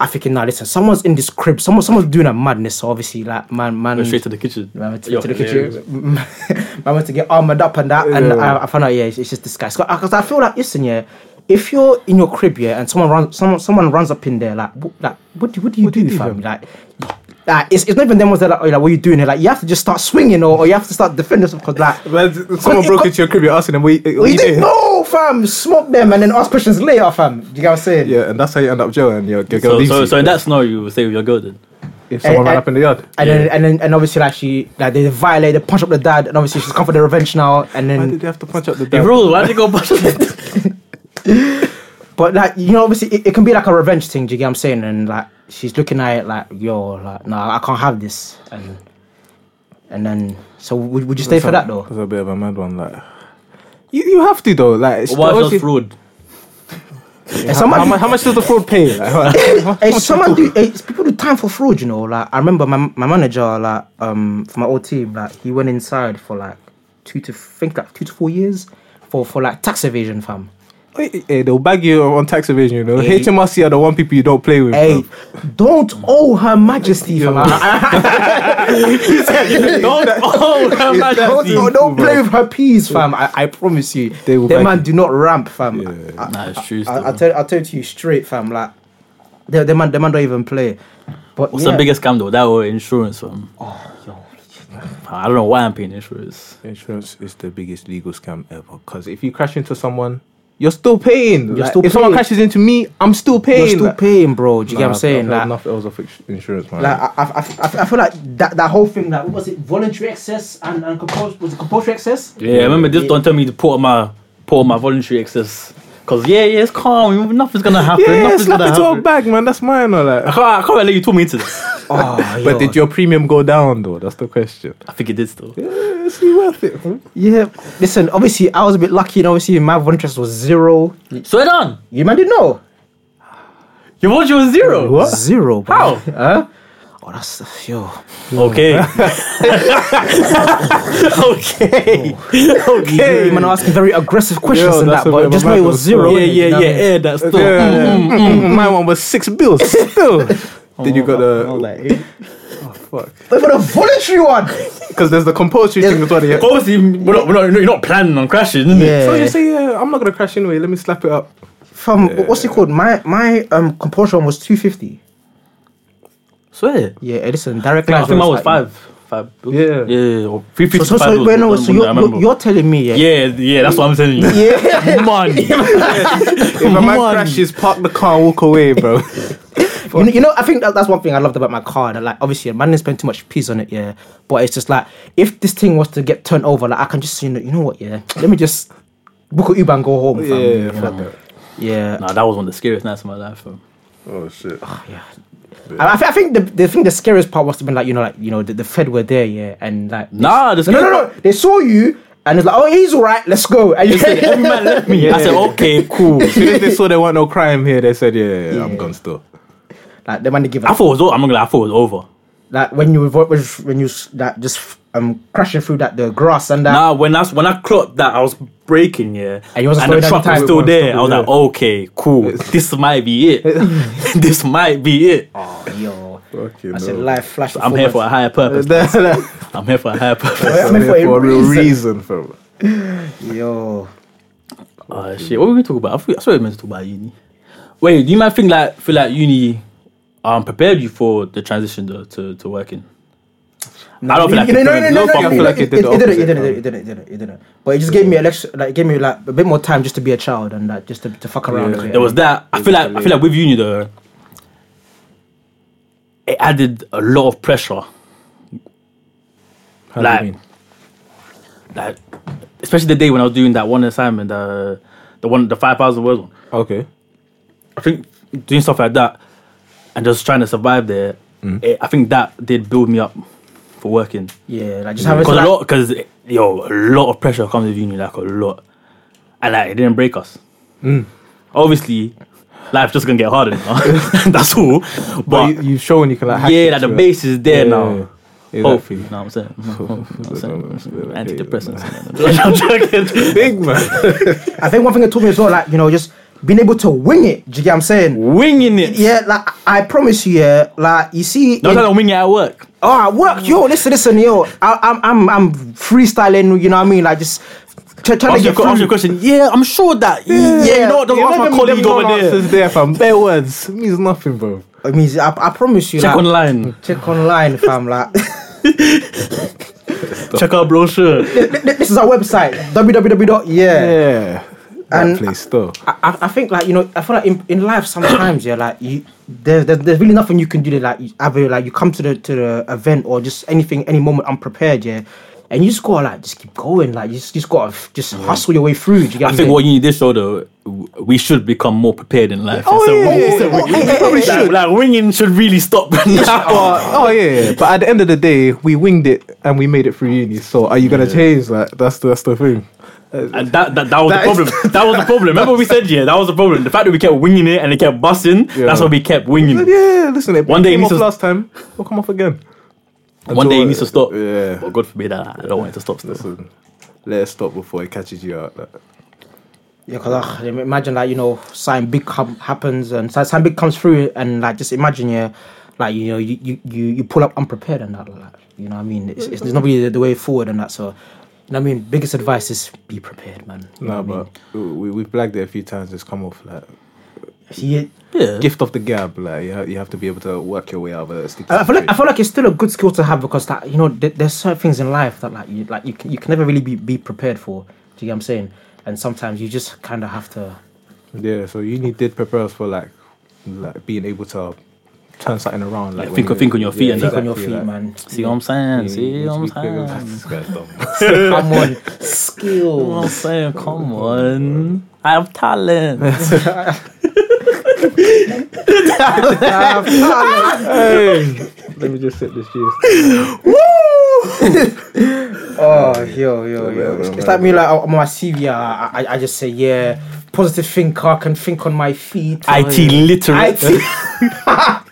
D: I thinking, nah, listen, someone's in this crib. Someone, someone's doing a madness. So obviously, like, man, man,
E: Went straight Mm. to the kitchen.
D: Man went to,
E: Yo,
D: to the
E: hilarious.
D: kitchen. man went to get armored up and that, and uh, I, I found out yeah, it's, it's just this guy. Because I feel like listen, yeah, if you're in your crib yeah, and someone runs, someone someone runs up in there, like, wh- like what do what do you do, fam? Like, like, it's, it's not even them ones that are like, oh, like, what are you doing here? Like, you have to just start swinging or, or you have to start defending yourself because, like,
C: Man, someone
D: it
C: broke
D: got-
C: into your crib. You're asking them, "What you,
D: we
C: what you
D: didn't
C: doing?"
D: know, fam. Smoke them and then ask questions later, fam. Do you get what I'm saying?
C: Yeah, and that's how you end up jail, and your, your girl
E: So,
C: leaves
E: so,
C: you
E: so in that scenario, you would stay with your girl then.
C: if someone
D: I-
C: ran up in the yard.
D: And then,
E: Yeah.
D: and then, and obviously, like she, like they violate, they punch up the dad, and obviously she's come for the revenge now. And
C: Why
D: then,
C: did they have to punch up the
E: Hey,
C: dad?
E: bro, why did you go back?
D: But like you know, obviously it, it can be like a revenge thing. Do you get what I'm saying? And like she's looking at it like, yo, like nah, I can't have this. And and then so would, would you stay for that though?
C: That's a bit of a mad one. Like, you, you have to though. Like, it's
E: Why is
C: obviously-
E: that fraud?
D: If
C: how, mu-
D: someone,
C: how much does the fraud pay? Like,
D: if someone do, if people do time for fraud. You know, like I remember my my manager, like um, for my old team, like he went inside for like two to think like two to four years for for like tax evasion, fam.
C: hey, eh, they'll bag you on tax evasion. You know,
D: Hey.
C: HMRC are the one people you don't play with.
D: Hey, don't owe Her Majesty, fam.
E: Don't. Oh, I'm not
D: don't,
E: asking.
D: don't, don't play with her peas, fam. I, I promise you.
C: They will back
D: Them man
C: you.
D: do not ramp, fam. I,
E: Nah, it's true.
D: I,
E: still.
D: I'll tell, I'll tell it to you straight, fam. Like, the the man, the man don't even play. But
E: What's
D: yeah.
E: the biggest scam though? That or insurance from? Oh, yo. I don't know why I'm paying insurance.
C: Insurance is the biggest legal scam ever. Because if you crash into someone, you're still paying. Like,
D: still
C: if someone
D: paying.
C: crashes into me, I'm still paying.
D: You're still
C: Like,
D: paying, bro. Do you get
C: nah,
D: what I'm
C: I've-
D: saying?
C: I've heard
D: Like,
C: enough else of ex- insurance, man.
D: like I, I, I, I feel like that, that whole thing, like, what was it? Voluntary excess and, and compulsory, was it compulsory excess?
E: Yeah, I remember this. Don't tell me to put on my put on my voluntary excess. Cause yeah, yeah, it's calm. Nothing's gonna happen.
C: yeah,
E: Nothing's
C: slap
E: gonna
C: it to
E: happen.
C: a bag, man. That's mine, or
E: I
C: like.
E: can't, I can't really let you talk me into this.
D: Oh,
C: But did your premium go down though? That's the question.
E: I think it did still.
C: Is it worth it? huh?
D: Yeah. Listen, obviously, I was a bit lucky, and obviously, my voluntary excess was zero.
E: So it on.
D: You man didn't know.
E: Your voluntary was zero.
D: Zero, bro.
E: How?
D: Huh? Oh, that's yo.
E: Okay. okay.
D: Oh. Yeah,
E: Okay.
D: you man are asking very aggressive questions
C: Yo,
D: and
C: that's
D: that,
C: a bit
D: but
C: of
D: just
C: a
D: know it
C: mad
D: was
C: one.
D: zero.
E: Yeah,
D: innit? You
E: yeah,
D: know what I
E: yeah,
D: mean?
E: yeah. That's still.
C: My one was six bills. Still, did you got
D: I
C: the?
D: was like, eh.
C: Fuck.
D: But for the voluntary one,
C: Because there's the compulsory thing as well. Yeah.
E: Obviously, we're not, we're not, you're not planning on crashing, isn't it?
C: So
D: Yeah.
C: you say, yeah, I'm not gonna crash anyway. Let me slap it up.
D: from what's it called? My my um compulsion was two fifty.
E: Swear.
D: Yeah, eh, listen, direct
E: I
D: lines.
E: think mine was
D: like-
E: five. Five.
C: Yeah.
E: Yeah. Or three
D: So
E: fifty
D: so,
E: five
D: so,
E: was
D: wait,
E: the
D: no,
E: one
D: so
E: that I
D: you're,
E: remember.
D: you're you're telling me, yeah,
E: Yeah, yeah, that's what I'm saying.
D: Yeah.
E: Man.
C: If a man crashes, park the car, and walk away, bro.
D: You, know, you know, I think that, that's one thing I loved about my car. That like, obviously, man didn't spend too much peas on it, yeah. But it's just like, if this thing was to get turned over, like, I can just, you know, you know what, yeah. Let me just book a Uber and go home. fam, you know? yeah.
E: Nah, that was one of the scariest nights of my life. Bro.
C: Oh shit.
D: I, I, thi- I think the, the thing the scariest part must have been like you know like you know the, the Fed were there yeah and like they-
E: Nah, the
D: no no
E: scary
D: no they saw you and it's like oh he's all right let's go and you
E: Said, Every man left me. I said, okay, cool.
C: As soon as they saw there weren't no crime here, they said, yeah, yeah, yeah,
D: Yeah.
C: I'm gone still.
D: like the man they give
E: I
D: up
E: thought it was over. I'm not gonna. lie, I thought it was over.
D: like when you revo- when you- when you s- that just um crashing through that the grass and that
E: Nah, when I when I clocked that, I was breaking. Yeah,
D: And you wasn't
E: the
D: slowing down
E: truck
D: the
E: was
D: time.
E: still there.
C: Yeah.
E: I was like, okay, cool. This might be it. this might be it.
D: oh yo
C: Fucking
D: I said live flash
E: I'm here for a
D: performance.
E: higher purpose.
C: I'm
E: I'm here for a higher purpose.
D: I'm here
C: here for a real reason, fam.
D: yo
E: Oh shit! What were we talking about? I, feel, I swear we were meant to talk about uni. Wait, do you might think like feel like uni um prepared you for the transition though, to to working? I don't feel like
D: you know,
E: it
D: no, no,
E: prepared- no,
D: no, no, no,
E: but I
D: no,
E: feel
D: no,
E: like
C: it
D: it, it,
C: did the
D: it didn't,
C: opposite,
D: it didn't,
C: man.
D: it didn't, it didn't, it didn't. But it just gave me a lecture, like, it gave me like a bit more time just to be a child and like just to, to fuck around. a bit.
E: there was that. I feel like I feel like with uni though, it added a lot of pressure.
C: How do you
E: like,
C: mean?
E: like especially the day when I was doing that one assignment, uh, the one the five thousand words one.
C: Okay.
E: I think doing stuff like that and just trying to survive there. It, I think that did build me up for working.
D: Yeah, like just having to,
E: Because
D: like,
E: a lot, because yo, a lot of pressure comes with uni, like a lot, and like it didn't break us. Obviously, life's just gonna get harder. Now. That's all. But,
C: But you, you've shown you can like hack
E: yeah,
C: it
E: like the
C: to it.
E: base is there
C: Yeah,
E: now.
C: yeah, yeah.
E: Hopefully,
C: Exactly.
E: you know what I'm saying. I'm saying.
C: Hopefully.
E: Antidepressants. I'm joking.
C: Big man.
D: I think one thing it taught me as well, like, you know, just being able to wing it. Do you get what I'm saying?
E: Winging it.
D: Yeah, like I promise you, yeah, like you see,
E: No,
D: in-
E: I don't wing it at work.
D: oh, I work, yo,
E: Mm.
D: listen, listen, yo, I, I'm, I'm, I'm freestyling, you know what I mean? Like just try trying
E: Ask
D: to
E: your, que-
D: get
E: ask your
D: through.
E: question. Yeah, I'm sure that. Yeah, you know, what, don't
C: Yeah,
E: ask my
C: them-
E: colleague
C: them
E: over there.
C: nonsenses there, fam. Bare words means nothing, bro.
D: I mean, I, I promise you,
E: Check
D: like,
E: online.
D: check online, fam. Like,
E: Check our brochure.
D: this is our website, www. Yeah.
C: Yeah. That
D: And-
C: place though.
D: I, I I think like you know I feel like in, in life sometimes yeah like you there, there, there's really nothing you can do to like you- either like you come to the to the event or just anything any moment unprepared yeah and you just gotta like just keep going like you just, you just gotta f- just hustle your way through. Do you get
E: I think what you need this show though, w- we should become more prepared in life.
D: Oh,
E: Instead of
D: yeah,
E: winging-
D: yeah,
E: instead of
D: yeah.
E: winging-
D: Oh, yeah, yeah,
E: like,
D: yeah, yeah.
E: like, winging should really stop now.
C: Oh, oh yeah, yeah, but at the end of the day, we winged it and we made it through uni. So are you gonna change that? That's the that's the thing.
E: And that, that, that was
C: That
E: the problem. that was the problem. Remember we said yeah, that was the problem. The fact that we kept winging it and it kept busting,
C: Yeah.
E: that's why we kept winging.
C: But
E: it.
C: yeah, listen, it
E: One day
C: came
E: it
C: off
E: needs to-
C: last time. We'll come off again.
E: One day
C: Until-
E: it needs to stop.
C: Yeah.
E: But God forbid I, I don't want it to stop. Still.
C: Listen, let it stop before it catches you out. Like,
D: Yeah, because imagine like you know something big com- happens and so- something big comes through and like just imagine yeah, like you know you you, you, you pull up unprepared and that like you know what I mean it's, it's, it's not really the, the way forward and that so. You know what I mean? Biggest advice is be prepared, man. You
C: no,
D: know
E: Mm-hmm.
D: what I mean?
C: but we we've blagged it a few times. It's come off like
D: See,
E: Yeah.
C: gift of the gab. Like you, ha- you have to be able to work your way out of a sticky
D: I feel like
C: situation.
D: I feel like it's still a good skill to have because that you know th- there's certain things in life that like you like you can, you can never really be, be prepared for. Do you get what I'm saying? And sometimes you just kind of have to.
C: Yeah, so uni did prepare us for like like being able to turn something around. Like
E: Yeah,
C: when
E: think-
C: you-
E: think on your feet and
D: Think on your
C: exactly, like,
D: feet, man.
E: See what I'm saying?
C: you-
E: See
C: you
E: what I'm
C: need to be
E: saying?
C: quick. This guy's dumb.
D: Come on,
E: What I'm
D: skills.
E: saying, come on. I have talent.
C: Hey, let me just sit this juice.
D: Oh, yo, yo,
C: yeah,
D: yo. It's,
C: yeah,
D: it's
C: yeah.
D: like me, like on my CV, I, I, I just say, yeah, positive thinker, can think on my feet. Oh,
E: IT literate.
D: IT.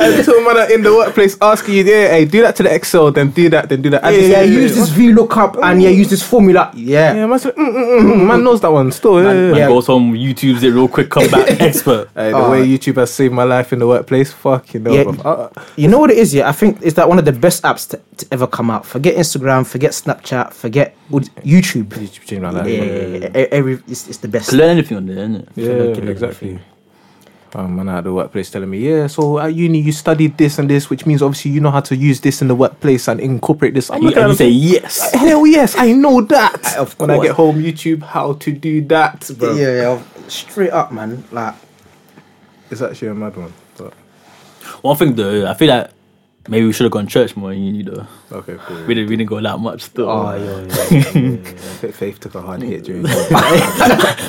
C: Every time man are in the workplace asking you, yeah, hey, do that to the Excel, then do that, then do that. I
D: yeah,
C: just-
D: yeah, use this V lookup and yeah, use this formula. Yeah.
C: Yeah, man's like, mm, mm, mm, mm. man knows that one still. eh? Yeah, yeah,
E: Man
C: yeah.
E: goes home, YouTube's it real quick, come back, expert.
C: Hey, the way YouTube has saved my life in the workplace, fuck you know.
D: Yeah.
C: bruv. Uh,
D: You know what it is, yeah? I think it's like one of the best apps to, to ever come out. Forget Instagram, forget Snapchat, forget aud- YouTube.
C: YouTube changed my
D: Yeah,
C: life.
D: yeah, yeah, yeah. E- Every, it's, it's the best.
E: To learn anything on there, innit?
C: Yeah,
D: Learn anything.
C: exactly. Um, man at the workplace telling me, yeah, so at uni you studied this and this, which means obviously you know how to use this in the workplace and incorporate this. I'm
E: You,
C: looking
E: and you
C: at
E: say
C: him,
E: yes.
C: hell yes, I know that.
D: Of
C: when I
D: course.
C: get home, YouTube, how to do that, bro.
D: Yeah, yeah, straight up, man. Like,
C: It's actually a mad one. But,
E: One thing though, I feel like maybe we should have gone church more in uni though.
C: okay, cool.
E: We didn't, we didn't go that much still.
C: Ah,
D: oh, yo, yo, yo, yo.
C: Fa- Faith took a hard hit during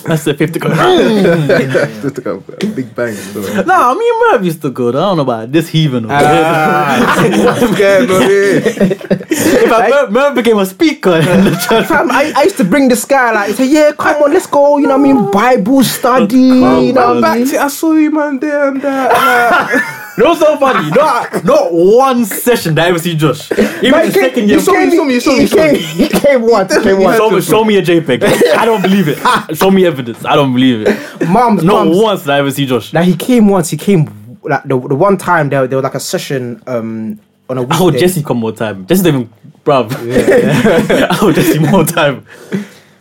E: That's the fifth go.
C: took a big bang. So.
E: nah, me and Merv used to go. I don't know about this heathen. over
C: Ah. What's going on here?
E: here. In fact, Merv, Merv became a speaker in the church.
D: Fam, I, I used to bring this guy, like, he said, yeah, come on, let's go, you know what I mean? Bible study, you know
C: I'm
D: what I
C: back
D: mean?
C: to I saw you man there and that.
E: You know what's so funny? Not, not one session that I ever see Josh. Even
D: But
E: the
D: he came-
E: second
D: he
E: year.
C: saw
D: came-
C: me, saw me,
D: he
C: saw me, saw me.
D: came- He came once, he came once.
E: Show me, show me a JPEG. I don't believe it. Show me evidence. I don't believe it.
D: Mom's
E: Not
D: mom's-
E: once did I ever see Josh.
D: Like, he came once, he came, like, the, the one time there, there was like a session um on
E: I
D: a
E: would
D: weekday.
E: Oh, Jesse come more time. Jesse don't even, bruv. I would Jesse more time.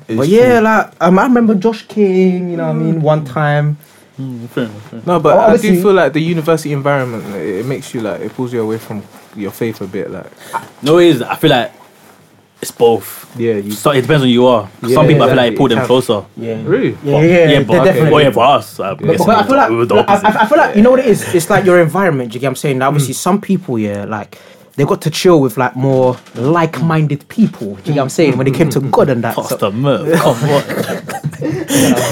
D: But yeah, like, um, I remember Josh King, you know what I mean, one time.
E: Fair enough, fair enough.
C: No, but
D: Oh,
C: I
D: obviously-
C: do feel like the university environment like, it makes you like it pulls you away from your faith a bit. Like
E: No, it is. I feel like it's both.
C: yeah, you
E: So it depends on who you are.
C: Yeah,
E: Some people I feel like
C: exactly.
E: it pull them
C: It
E: closer.
D: Yeah.
C: really
D: Yeah, yeah,
E: yeah,
D: yeah,
E: but
D: definitely.
E: oh yeah, for us, uh,
D: But,
E: yes,
D: but I
E: we
D: feel like
E: were the
D: like,
E: opposite.
D: I, I feel like you know what it is. It's like your environment. You get what I'm saying? Like, obviously, some people, yeah, like they got to chill with like more like-minded people. Do you get what I'm saying? When it came to God and that, so,
E: Pastor Merv, come on.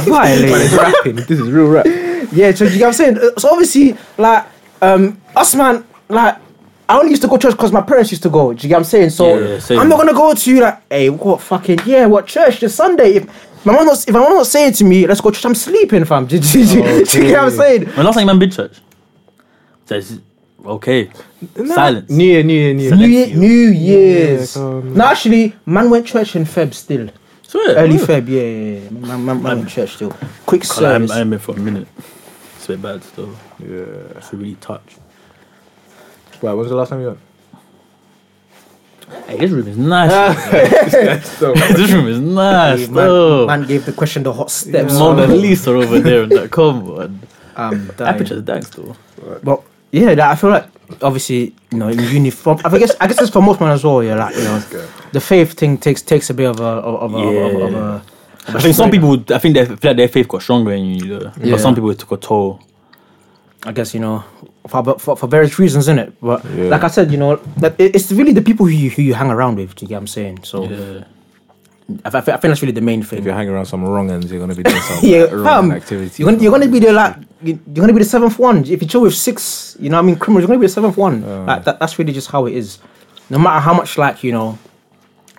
D: violated.
C: rapping. This is real rap.
D: yeah, so do you get what I'm saying? Uh, So obviously, like um, us man, like. I only used to go church because my parents used to go. Do you get what I'm saying? So
E: Yeah, yeah, same.
D: I'm not gonna go to you like, hey, what fucking yeah, what church this Sunday? If my mom not, if my mom not saying to me, let's go to church, I'm sleeping, fam. Do, do, do, do you get what I'm saying?
E: When last time you man been church? Says okay, silence.
C: New year, new year, new year.
D: New,
E: Next
D: Year,
E: year.
D: New Year's.
C: Yeah, um,
D: no, actually, man went church in Feb still.
E: Swear.
D: Early
C: Mm.
E: Yeah.
D: Feb, yeah, yeah, yeah. Man, man, man went church still. Quick
E: God, I'm,
D: service.
E: I'm in for a minute. It's a bit bad still.
C: Yeah.
E: It's really touch.
C: Right, when was the last time you went?
E: Hey, this room is nice.
C: So
E: this room is nice
D: Ah. man,
E: though.
D: man gave the question the hot steps.
E: Mona Lisa over there. and that. Come on.
D: Um,
E: Aperture's dank though.
D: But yeah, like, I feel like obviously you know in uniform. I guess I guess it's for most men as well. Yeah, like you know, the faith thing takes takes a bit of a of, a- of, a- of, a- of a.
E: I think some people, I think they feel like their faith got stronger in you though.
D: Yeah.
E: But some people it took a toll.
D: I guess you know for for, for various reasons, in it. But like I said, you know, that it, it's really the people who you, who you hang around with. Do you get what I'm saying? So I, I, I think that's really the main thing.
C: If you're hanging around some wrong ends, you're gonna be doing some
D: yeah,
C: wrong
D: fam,
C: activity.
D: You're gonna, you're gonna be the like you- you're gonna be the seventh one. If you chill with six, you know, what I mean, criminals, you're gonna be the seventh one. Like that, that's really just how it is. No matter how much like you know,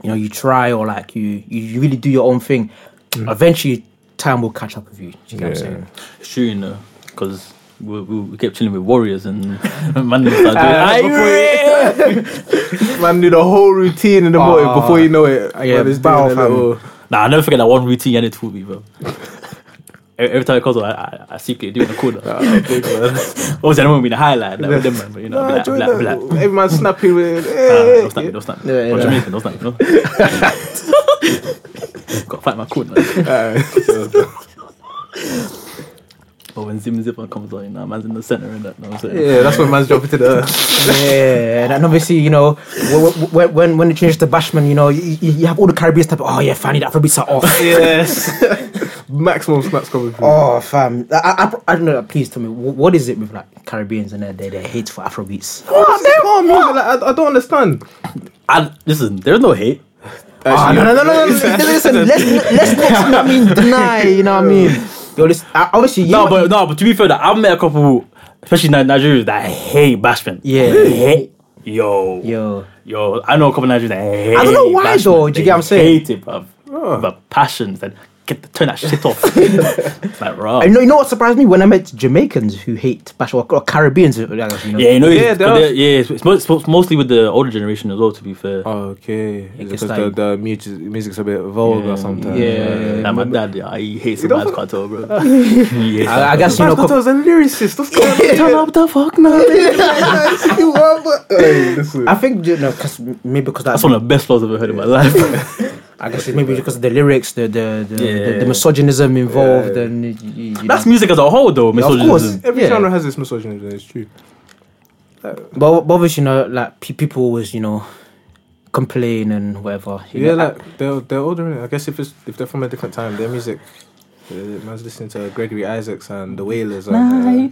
D: you know, you try or like you you, you really do your own thing, eventually time will catch up with you. Do you know what I'm
C: Yeah.
D: saying?
E: shooting though, because we, we, we kept chilling with warriors and man them started doing.
D: Uh,
C: I
D: Ah,
E: "Aye,
C: Man, do the whole routine in the morning before you know it.
D: Ah. yeah,
C: man is doing
D: bow,
C: a
D: fam.
C: little-
E: Nah, I never forget that one routine you had to me, bro. E, Every every time it comes on, I, I, I secretly do it in the
D: Ah.
E: corner. Obviously, I don't want to be the highlight, like, with them, er man, but you know,
C: Nah,
E: black,
C: join
E: black,
C: that.
E: black.
C: Every man snapping with.
D: Ah,
E: Uh, no snap, no snap.
D: Yeah, yeah,
E: I'm
D: yeah.
E: Jamaican, no snap, no. Gotta fight my corner.
C: Ah.
E: But when Zim Zip comes on, you know, man's in the center and that, know what I'm saying?
C: Yeah, that's when man's dropping to the earth.
D: yeah, and obviously you know wh- wh- when when when it changes to Bashman, you know you, you you have all the Caribbean stuff. Oh yeah, finally that Afrobeats are off.
C: Yes. Maximum snaps coming through.
D: Oh, fam. I, I, I- I don't know. Please tell me, wh- what is it with like Caribbeans and their, their, their hate for Afrobeats?
C: What? They are
D: Ah.
C: music. Like, I, I don't understand.
E: I, listen, there's no hate.
D: Ah, no, no, no, no, no. Listen, let's, let's not, you know what I mean, deny, you know what I mean? Yo, listen, I, obviously, you
E: No,
D: know-
E: but no, but to be fair, er though, I've met a couple, especially Ni- Nigerians that hate Bashman.
D: Yeah.
E: They hate. Yo,
D: Yo.
E: yo, I know a couple Nigerians that hate.
D: don't know why,
E: Bashman.
D: though, do you
E: They
D: get what I'm saying?
E: Hate it, bruv. But passions and get the, turn that shit off. it's like, raw.
D: You know, you know what surprised me when I met Jamaicans who hate Bash or, or Caribbeans? You know?
E: Yeah, you know,
C: Yeah,
E: yeah,
C: there are-
E: yeah. It's, it's, mo- it's mo- it's mostly with the older generation as well. To be fair,
C: Oh, Okay.
D: It's
C: Because
D: like-
C: the, the music, music's a bit vulgar
E: Um,
C: sometimes.
D: yeah.
E: like my dad, yeah, he hates the man's cartel, bro. he hates
D: I, I guess, you know,
C: I thought I
D: couple,
C: was a lyricist. What's going on?
E: turn up the fuck man.
D: I think, you know, cause maybe because
E: That's
D: that's,
E: one of the best laws I've ever heard in my life.
D: I guess it's maybe because of the lyrics, the, the, the, the,
E: Yeah.
D: the misogynism involved, and you, you, you know.
E: That's music as a whole, though.
D: Yeah, of
E: misogynism.
D: course.
C: Every
D: Yeah.
C: genre has its misogyny. It's true.
D: But, but obviously, you know, like pe- people always, you know, complain and whatever. you
C: Yeah,
D: know,
C: like they're they're older. innit? I guess if it's if they're from a different time, their music. Uh, man's listening to Gregory Isaacs and the Wailers. And,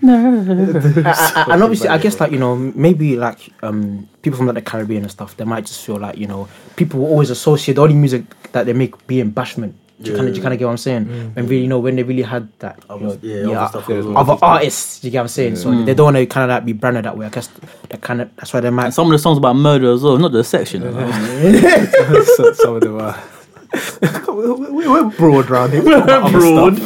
C: uh,
D: I- and obviously, I guess like you know, maybe like um, people from like the Caribbean and stuff, they might just feel like you know, people will always associate the only music that they make being bashment. Do you kind of, you kind of get what I'm saying? And really, you know, when they really had that, you know,
E: yeah,
D: yeah,
E: other stuff
C: as
D: other,
C: well.
D: artists. Do you get what I'm saying? So they don't want to kind of like be branded that way. I guess that kind of that's why they might.
E: And some of the songs about murder as well, not the section. you know.
C: so- some of them are. we, we're broad round here. We're
E: broad.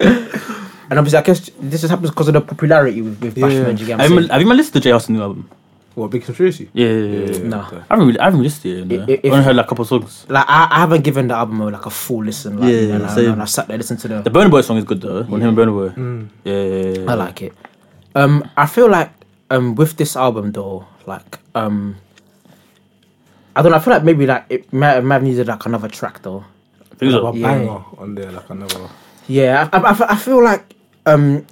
D: And obviously, I guess this just happens because of the popularity with, with
C: Yeah.
D: bashment. Do you get
E: Have
D: what I'm
E: you
D: saying?
E: have you even listened to Jay House new album?
C: What big conspiracy?
E: Yeah, yeah, yeah, yeah.
D: Nah.
E: I haven't really, I haven't listened to it. You know.
D: I- if-
E: I only heard like a couple songs.
D: Like I, I haven't given the album a, like a full listen. Like,
E: Yeah,
D: you know, and I-
E: same.
D: and I sat there listened to
E: The Burner Boy song is good though. On him and Burner Boy. Yeah, yeah, yeah, yeah.
D: Mm. I like it. Um, I feel like um with this album though, like um, I don't. know, I feel like maybe like it might, it might have needed like another track though.
E: I think so.
C: Another
D: Yeah.
C: banger on there, like another.
D: Yeah, I, I, I fe- I feel like um,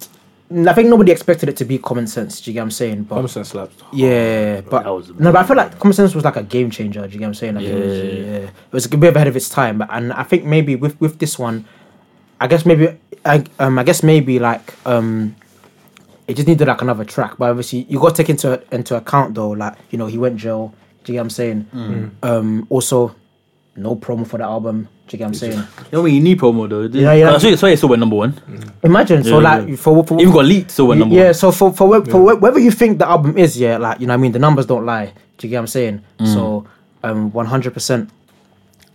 D: I think nobody expected it to be common sense. Do you get what I'm saying? But
C: Common sense slaps.
D: yeah, but
E: Oh, That was
D: no, but I feel like common sense was like a game changer. Do you get what I'm saying? Like it was,
E: Yeah.
D: yeah, it was a bit ahead of its time. but- And I think maybe with with this one, I guess maybe I um I guess maybe like um it just needed like another track. But obviously you got to take into into account though, like you know he went jail. Do you get what I'm saying?
E: Mm.
D: Um, also no promo for the album. Do you get what I'm saying?
E: You know when you need promo though.
D: Yeah, yeah.
E: So it's why it still went number one.
D: Imagine so
E: Yeah,
D: like
E: yeah.
D: for for
E: Even got leaked, still went
D: Y-
E: number
D: yeah,
E: one.
D: so for for, whe- for whe- whether you think the album is, yeah, like you know, what I mean, the numbers don't lie. Do you get what I'm saying? So,
E: Mm.
D: um, one hundred percent,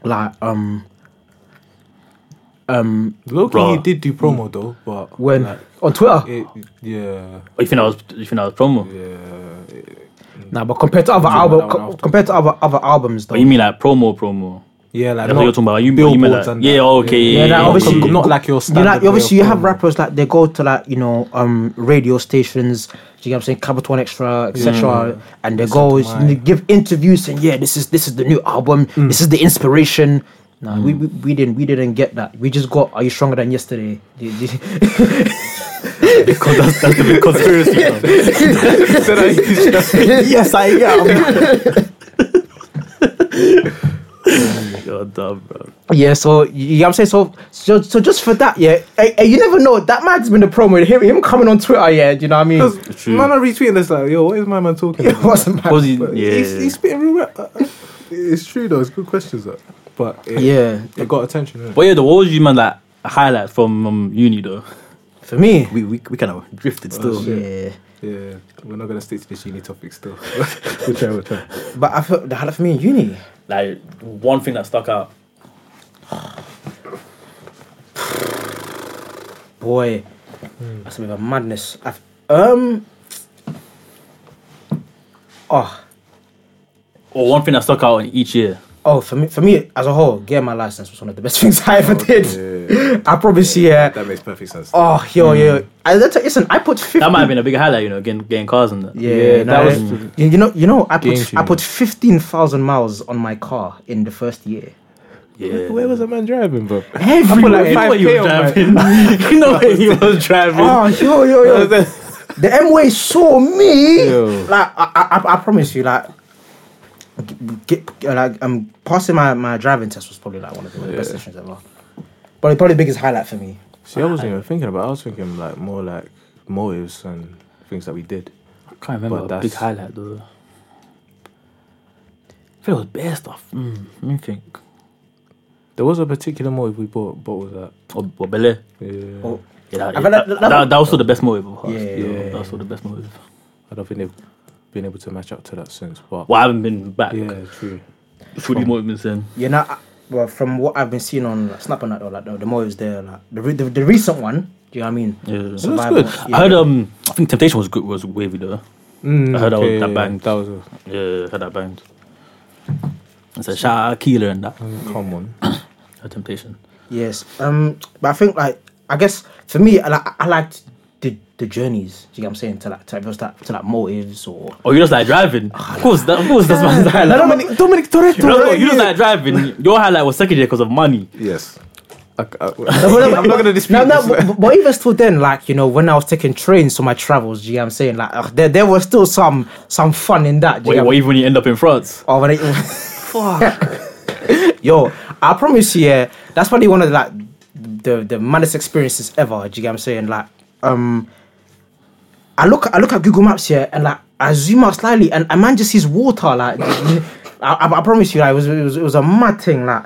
D: like um,
C: Loki,
E: Bruh.
C: he did do promo though, but
D: when
C: like,
D: on Twitter,
C: it, yeah,
E: Oh, you think that was you think that was promo?
D: nah, but compared to other
C: Yeah, that
D: album,
C: one
D: co-
C: after.
D: compared to other other albums, though,
E: But you mean like promo promo?
C: yeah, like
E: That's what you're talking about. You, you mean like,
C: billboards and
E: yeah,
C: that.
E: okay, yeah,
D: Yeah, that
E: yeah,
D: obviously-
E: okay.
D: com-
C: not like your
D: you
C: standard.
D: like
C: way
D: obviously
C: of
D: you have
C: promo.
D: rappers like they go to like you know um radio stations. Do you get what I'm saying? Capital One Extra, etc. And they go
C: to
D: and they give interviews saying, "Yeah, this is this is the new album. This is the inspiration." No, we, we we didn't we didn't get that. We just got "Are You Stronger Than Yesterday?" Do you- do you-
E: because that's, that's the big conspiracy. fam.
C: yes, I am.
E: You're dumb, bro.
D: Yeah, so you know what I'm saying? So, so so just for that, yeah, eh, eh, you never know. That man's been the promo. Him, him coming on Twitter, yeah, do you know what I mean?
E: True.
C: Man, I retweeting this like, yo, what is my man talking
D: It
C: about?
D: wasn't bad.
E: Was he, yeah.
C: He's, he's spitting real rap. Uh, uh, It's true though. It's good questions though. But it,
D: Yeah.
C: it got attention. innit?
E: but yeah, the what was you man like highlight from um, uni though?
D: For me, Oh,
E: We we, we kind of drifted still.
C: shit.
D: yeah.
C: Yeah, we're not gonna stick to this uni topic still. we'll try. We'll try.
D: But I felt the highlight for me in uni.
E: Like one thing that stuck out.
D: Boy, that's a bit of a madness. I've, um, oh,
E: Or one thing that stuck out in each year.
D: oh, for me, for me as a whole, getting my license was one of the best things I ever did. I promise you, yeah.
C: That makes perfect sense.
D: Oh, yo, yo.
E: Hmm.
D: I, that's, listen, I put 50.
E: That might have been a big highlight, you know, getting, getting cars and that.
D: Yeah,
C: Yeah,
D: that
C: that
D: was.
C: was-
D: You, you know, you know, I
C: Game
D: put I
C: changer.
D: put fifteen thousand miles on my car in the first year.
E: yeah.
C: Where was that man driving, bro?
D: Everywhere.
C: like, five-
E: What you were driving? you know where he was driving.
C: Ah.
D: Oh, yo, yo, yo. the M way saw me.
C: Yo.
D: Like, I, I, I- I promise you, like, get, like, um, passing my, my driving test was probably like one of the best sessions ever. But probably the biggest highlight for me.
C: See, I wasn't even thinking about. it. I was thinking like more like motives and things that we did.
E: I can't remember
C: But
E: a
C: that's-
E: big highlight though. I feel it was bare stuff. Mm, let me think.
C: There was a particular motive we bought. What was that?
E: Or, or Bel-Air.
C: Yeah,
D: Oh,
E: Yeah, that, yeah,
D: I
E: that,
D: feel that- that-
E: that- that was still the best motive of ours.
D: Yeah.
E: That was still the best motive.
C: I don't think they've been able to match up to that since. But
E: Well, I haven't been back.
C: yeah, true.
E: That's what these motives been saying.
D: you know, I, well, from what I've been seeing on like, Snap and that, though, like, the, the motives there, like, the, re- the, the recent one, do you know what I mean?
E: Yeah. That's
D: Survival,
C: good.
D: yeah.
E: I heard um I think Temptation was good was wavy though.
C: Mm,
E: I heard that was- that banged.
C: That was a,
E: Yeah, I heard that band. It's a shout out Keeler and that.
C: come on.
E: Her Temptation.
D: Yes. Um, but I think like I guess for me, I, like I liked the the journeys. Do you get what I'm saying? To like to like, to, to like motives or.
E: Oh, you just like driving?
D: Ah,
E: Of course, that, of course, that's my highlight.
D: Dominic, Dominic Toretto.
E: No, no, you just like driving. Your highlight was second year because of money.
C: Yes. I,
D: but-
C: am not gonna dispute.
D: No, no,
C: this.
D: but, but- but even still, then, like you know, when I was taking trains to my travels, do you know what I'm saying? Like, ugh, there, there was still some some fun in that. Do you
E: Wait,
D: get
E: what
D: what-
E: even when you end up in France?
D: Oh, when I, Yo, I promise you, yeah, that's probably one of the, like the the maddest experiences ever. Do you get what I'm saying? Like, um, I look I look at Google Maps here and like I zoom out slightly and a man just sees water. Like, I, I, I promise you, like, it was it was it was a mad thing. Like,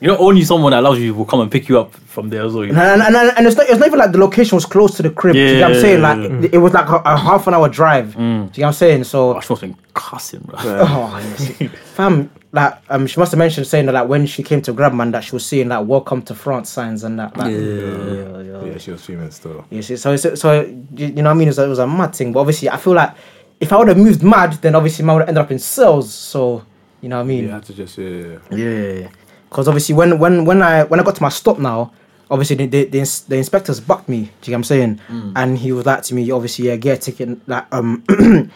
E: You know, only someone that loves you will come and pick you up from there as well. you know?
D: and and, and, and it's not it's not even like the location was close to the crib. do you get what I'm
E: Yeah,
D: saying?
E: yeah,
D: Like, it, it was like a, a half an hour drive. Do you get what I'm saying? So
E: Oh, she must have been cussing, bro.
D: Oh, yes. fam, like um, she must have mentioned saying that like, when she came to Grabman that she was seeing like "Welcome to France" signs and that. Like, yeah, yeah, yeah.
C: yeah, she was fuming still.
D: You see, so, so so you you know what I mean? It was, a- it was a mad thing, but obviously I feel like if I would have moved mad, then obviously man would have ended up in cells. So you know what I mean?
C: You had to just yeah.
D: Yeah. Because obviously when when when I when I got to my stop now, obviously the the, the, ins- the inspectors bucked me. Do you get what I'm saying? And he was like to me, obviously yeah, get a ticket like um.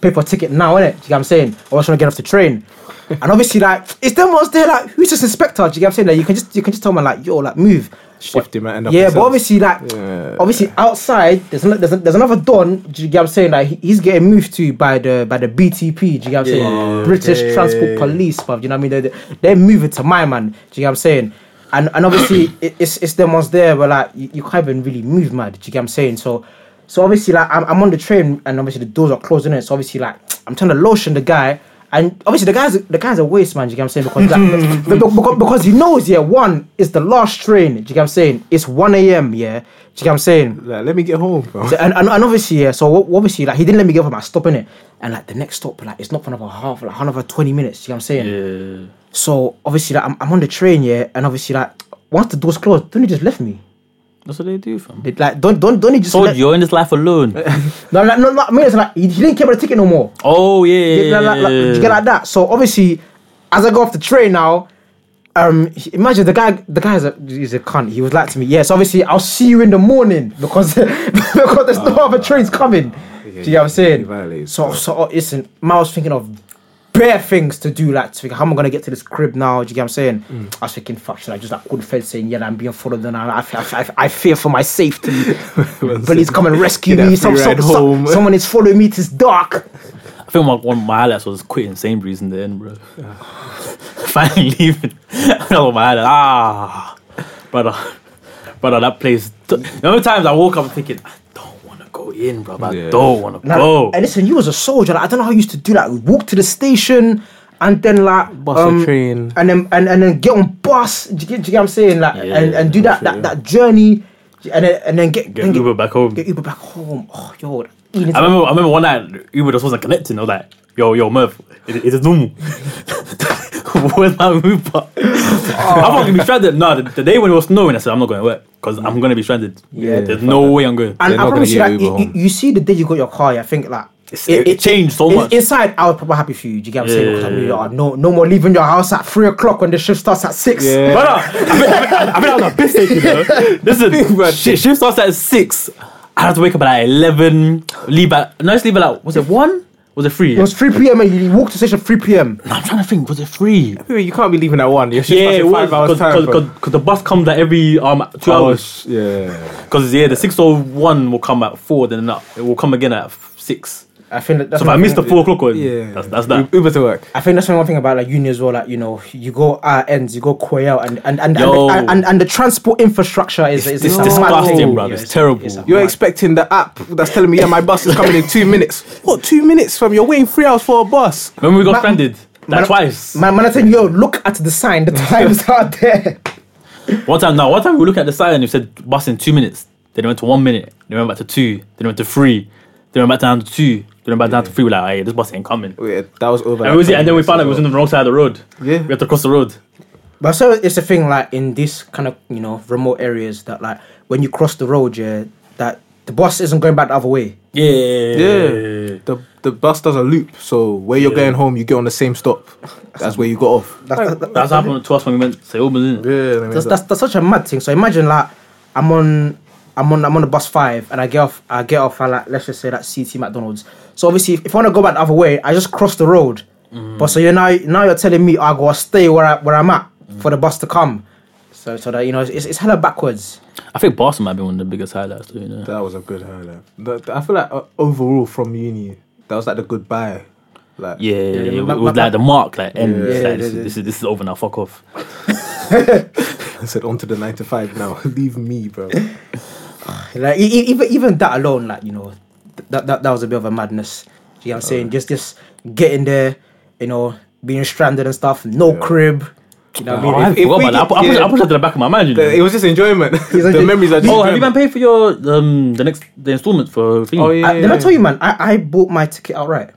D: Pay for a ticket now, innit? Do you get what I'm saying? I was trying to get off the train, and obviously, like, it's them ones there, like, who's this inspector? Do you get what I'm saying? Like, you can just, you can just tell me, like, yo, like, move.
C: Shift him and end up
D: Yeah, but
C: himself.
D: obviously, like,
C: Yeah.
D: obviously outside, there's an, there's, an- there's another Don. Do you get what I'm saying? Like he- he's getting moved to by the by the BTP. Do you get what I'm saying? British Transport Police, bruv. Do you know what I mean? They're, they're- they're moving to my man. Do you get what I'm saying? And and obviously it, it's it's them ones there, but like you, you can't even really move, mad. Do you get what I'm saying? So. So obviously, like I'm, I'm on the train, and obviously the doors are closed, innit? So obviously, like I'm trying to lotion the guy, and obviously the guy's the guy's a waste man. Do you get what I'm saying? Because, like, be- be- because, because he knows, yeah, one is the last train. Do you get what I'm saying? It's one a.m. Yeah, do you get what I'm saying?
C: Like, let me get home, bro.
D: So, and, and, and obviously, yeah, so what- obviously, like, he didn't let me get off my stop in it. And like, the next stop, like, it's not for another half, like, another 20 minutes, you know what I'm saying?
E: Yeah.
D: So obviously, like, I'm, I'm on the train, yeah, and obviously, like, once the door's closed, don't he just left me?
E: That's what they do, fam.
D: They, like, don't, don't, don't he just.
E: Told
D: Let,
E: you, you're in this life alone.
D: no, like, no, no, I mean, it's like, he, he didn't care about the ticket no more.
E: oh, yeah. yeah,
D: Yeah, like, like, like, you get like that. So obviously, as I go off the train now, um, he- imagine the guy. The guy's a he's a cunt. He was like to me, yes. obviously, I'll see you in the morning because because there's no other trains coming. Do you get what I'm
C: Ah. he
D: saying?
C: violates
D: So
C: that.
D: so uh, listen, man I was thinking of. bare things to do. Like, to think, how am I gonna get to this crib now? Do you get what I'm saying?
C: Mm.
D: I was thinking, fuck, should I just like good fed saying, yeah, I'm being followed and I, I, I, I fear for my safety. Police come and rescue
C: Get that
D: me. Some,
C: free
D: some,
C: ride
D: some-
C: home.
D: someone is following me. It is dark.
E: I think one, one of my highlights was quitting Sainsbury's in the end, bro. Finally leaving. that was my highlight. Ah, brother, brother, uh, that place. T- you know, times I woke up thinking, I don't want to go in, bro. I
C: Yeah.
E: don't want to
D: Like,
E: go.
D: And listen, you was a soldier. Like, I don't know how you used to do that. walk to the station and then like um,
C: Bus or train.
D: and then and, and then get on bus. Do you, get- do you get what I'm saying? Like
E: Yeah,
D: and, and do that,
E: yeah.
D: that that journey, and then and then get
E: Get
D: then
E: Uber back home.
D: Get Uber back home. Oh yo, Ian is-
E: I remember, I remember one night Uber just wasn't connecting. I was like, "Yo, yo, Merv, it, it is normal. Where's my Uber? I'm not gonna be stranded. No, the, the day when it was snowing, I said I'm not going to work because I'm gonna be stranded.
D: Yeah,
E: there's no way I'm going.
D: And
C: They're
D: I
C: not
D: promise
C: gonna
D: you,
C: get Uber
D: like, you, you,
C: home.
D: you see the day you got your car, I think like
E: it changed so
D: in-
E: much.
D: Inside, I was probably happy for you. Do you get what I'm saying?
E: Yeah,
D: Because I
E: yeah,
D: knew,
E: yeah.
D: oh, no, no more leaving your house at three o'clock when the shift starts at six.
C: Yeah.
E: Brother, I mean, I mean, I was a piss taker, you know. Listen, shit, shift starts at six. I have to wake up at like eleven. Leave at no, just leave at like was it one? Was it three?
D: It was 3 p.m. and you walked to the station 3 p.m.
E: I'm trying to think. Was it three?
C: You can't be leaving at one. You're
E: Yeah,
C: yeah,
E: it was
C: five hours time. bro.
E: because the bus comes at every um two hours.
C: Hours, Yeah.
E: Because yeah, the six oh one will come at four, then not it will come again at f- six.
D: I think that, that's
E: So if I
D: one
E: miss the
D: thing-
E: four o'clock one,
C: Yeah.
E: that's that's that.
C: Uber to work.
D: I think that's one thing about like uni as well. Like you know, you go out ends, you go quail, and and and and,
E: Yo.
D: and, and, and the transport infrastructure is is,
E: It's
D: is mad
E: disgusting,
D: thing.
E: bruv.
D: Yeah,
E: It's terrible.
D: a
C: You're
D: mad-
C: expecting the app that's telling me, yeah, my bus is coming in two minutes. What, two minutes from? You're waiting three hours for a bus.
E: When we got
D: Ma-
E: stranded, like
D: man-
E: twice.
D: Man, man, I tell you, yo, look at the sign. The times are there.
E: One time, now one time we looked at the sign and it said bus in two minutes. Then it went to one minute. Then it went back to two. Then it went to three. Then it went back down to two. Then it went back down to three. We're like, hey, this bus ain't coming.
C: Yeah, that was over.
E: And, we was, and then we found out we was on the wrong side of the road.
C: Yeah.
E: we had to cross the road.
D: But so it's a thing like in these kind of you know remote areas that like when you cross the road, yeah, that the bus isn't going back the other way.
E: Yeah,
C: Yeah. The, the bus does a loop, so where you're going home, you get on the same stop. That's where you got off.
D: That's that, that-
E: That's happened to us when we went to say Auburn.
C: yeah, I mean,
D: that's, that's that's such a mad thing. So imagine like I'm on I'm on I'm on the bus five and I get off I get off at like let's just say that CT McDonald's. So obviously if, if I wanna go back the other way, I just cross the road. But so you're now now you're telling me I gotta stay where I where I'm at for the bus to come. So so that you know it's it's hella backwards.
E: I think Boston might be one of the biggest highlights. Though, you know?
C: That was a good highlight. That, I feel like uh, overall from uni, that was like the goodbye. Like
E: Yeah, yeah, yeah.
D: ma-
E: it was
D: ma-
E: like the mark, like end.
C: Yeah.
E: It's
D: Yeah,
E: like, this,
D: yeah,
E: is- this is this is over now. Fuck off.
C: I said, on to the nine to five now. Leave me, bro.
D: Like e- e- even even that alone, like you know, th- that that, that was a bit of a madness. You know what I'm saying? Just just getting there, you know, being stranded and stuff, no crib. You know what I mean?
E: Oh, I
C: if
E: forgot
C: we
E: about that. I
C: get-
E: put, I, put,
C: yeah.
E: I put that to the back of my mind. You know?
C: It was just enjoyment.
D: like,
C: the memories are just.
E: oh, have you
C: enjoyment.
E: man paid for your um the next the installment for thing?
C: Oh, yeah.
D: I, did I tell you, man? I, I bought my ticket outright.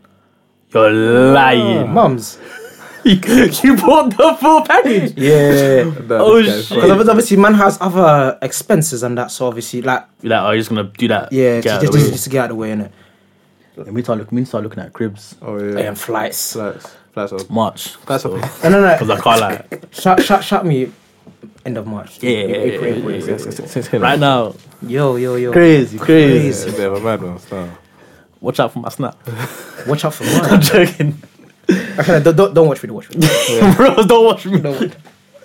E: You're lying.
D: Mum's.
E: you bought the full package.
D: Yeah.
C: Nah,
E: Oh,
C: this
E: shit.
C: guy's funny.
D: Because obviously, man has other expenses and that. So obviously, like,
E: You're like, oh, you're just gonna do that.
D: yeah,
E: Get out
D: just,
E: of
D: just,
E: the
D: just,
E: way.
D: to get out of the way, innit?
E: Then we start looking. We start looking at cribs.
C: Oh yeah.
D: And flights.
C: Flats. Flats up.
E: March.
C: Flats
E: so,
C: up.
D: No, no,
E: Cause
D: no.
E: I can't lie.
D: Shut, shut, shut me. End of March.
E: Yeah, yeah, yeah,
D: April,
E: yeah,
D: April,
E: yeah,
D: April.
E: Right now,
D: Yo, yo, yo.
E: crazy, crazy.
C: It's a
D: Crazy.
C: bit of a mad one. So.
E: Watch out for my snap.
D: Watch out for
E: I'm
D: March.
E: joking,
D: okay, don't, don't- don't watch me. Don't watch me.
E: bros. Don't watch me.
D: Don't watch.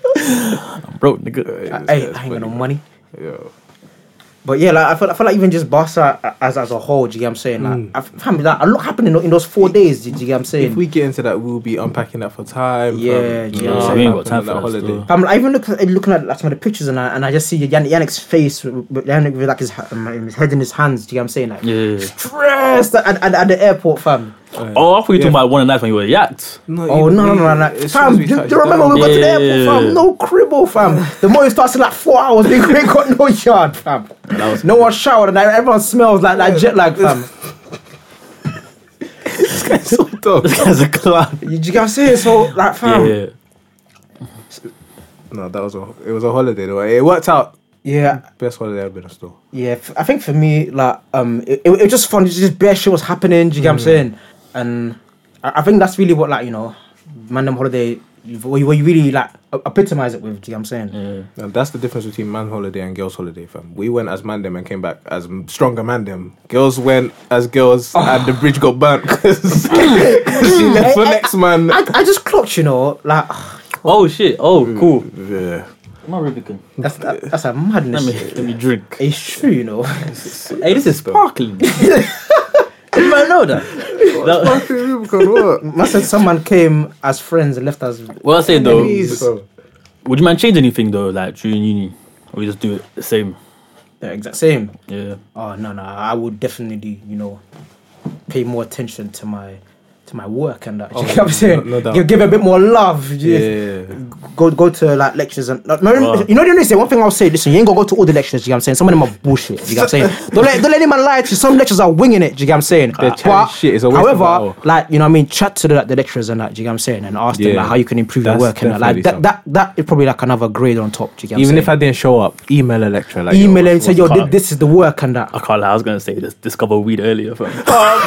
E: I'm broke, nigga.
C: Yeah, this guy's
D: Hey, I ain't got
C: funny,
D: no
C: man.
D: money.
C: Yo.
D: But yeah, like I feel, I feel like even just Barca as as a whole, do you get what I'm saying? Like,
E: Mm.
D: I found that a lot happened in, tho- in those four days. Do you get what I'm saying?
C: If we get into that, we'll be unpacking that for time.
D: Yeah,
C: fam.
D: yeah.
C: You
D: No,
C: know,
E: we ain't
C: what
E: got time
C: happened
E: for
C: on
E: that still.
D: Fam, I even look at, looking at like, some of the pictures and I, and I just see Yan, Yannick's face with, with Yannick with like his, ha- um, his head in his hands. Do you get what I'm saying? Like
E: Yeah.
D: stressed at, at, at the airport, fam.
E: Oh, I thought you were
C: Yeah.
E: talking about one and night when you were yacked.
C: No,
D: Oh
C: even-
D: no no no!
C: even-
D: no.
C: as soon
D: Fam,
C: as
D: do,
C: we
D: do
C: touched
D: you remember
C: down-
D: we got to the
E: Yeah.
D: airport, fam? No cribble, fam. The morning starts in like four hours. We ain't got no yard, fam.
E: was-
D: No one showered, and everyone smells like that jet lag, fam.
C: so dumb.
E: This guy's a clown.
D: You, do you get what I'm saying? So like, fam.
E: Yeah.
C: No, that was a. It was a holiday though. It worked out.
D: yeah.
C: Best holiday I've been on still.
D: Yeah, f- I think for me, like, um, it, it, it was just fun. It was just bare shit was Mm. happening. Do you get what I'm saying? And I, I think that's really what, like, you know, man, them holiday you've, what you what you really like epitomize it with. Do you know what I'm saying?
C: And that's the difference between man holiday and girls holiday, fam. We went as man them and came back as m- stronger man them. Girls went as girls
D: Oh.
C: and the bridge got burnt because she left for
D: I- I-
C: next man.
D: I, I just clocked, you know, like
E: Oh shit! Oh cool.
C: yeah.
E: My Rubicon.
D: that's that, that's a
E: Let
D: madness.
E: me let me drink.
D: It's true, you know.
E: Hey, this is sparkling. Did man know that? that
D: Must have someone came as friends and left us.
E: what I say though,
C: Please.
E: would you mind change anything though, like during uni, or you just do it the same?
D: The exact same.
E: Yeah.
D: Oh no, no, I would definitely, you know, pay more attention to my to my work and that. you know what I'm saying?
C: Oh, no doubt.
D: give, give it a bit more love.
C: Yeah.
D: you- Go go to like lectures and no,
E: Wow.
D: no you know the only thing one thing I'll say, listen, you ain't gonna go to all the lectures, you know what I'm saying? Some of them are bullshit, you know what I'm saying? don't let don't let anyone lie to you. Some lectures are winging it, you know what I'm saying?
C: Their chatting shit is a waste of
D: however,
C: an hour.
D: like you know what I mean, chat to the, like, the lecturers and that, do you know what I'm saying? And ask them
C: Yeah.
D: like how you can improve
C: That's
D: your work and that. like that,
C: definitely
D: that that is probably like another grade on top, do you get what
C: Even
D: I'm
C: if I didn't show up, email a lecturer. Like,
D: saying? email
C: yo,
D: and say, yo,
E: what's
D: thi-
E: up?
D: this is the work and that.
E: I can't lie, I was gonna say this discover weed earlier. Fam. I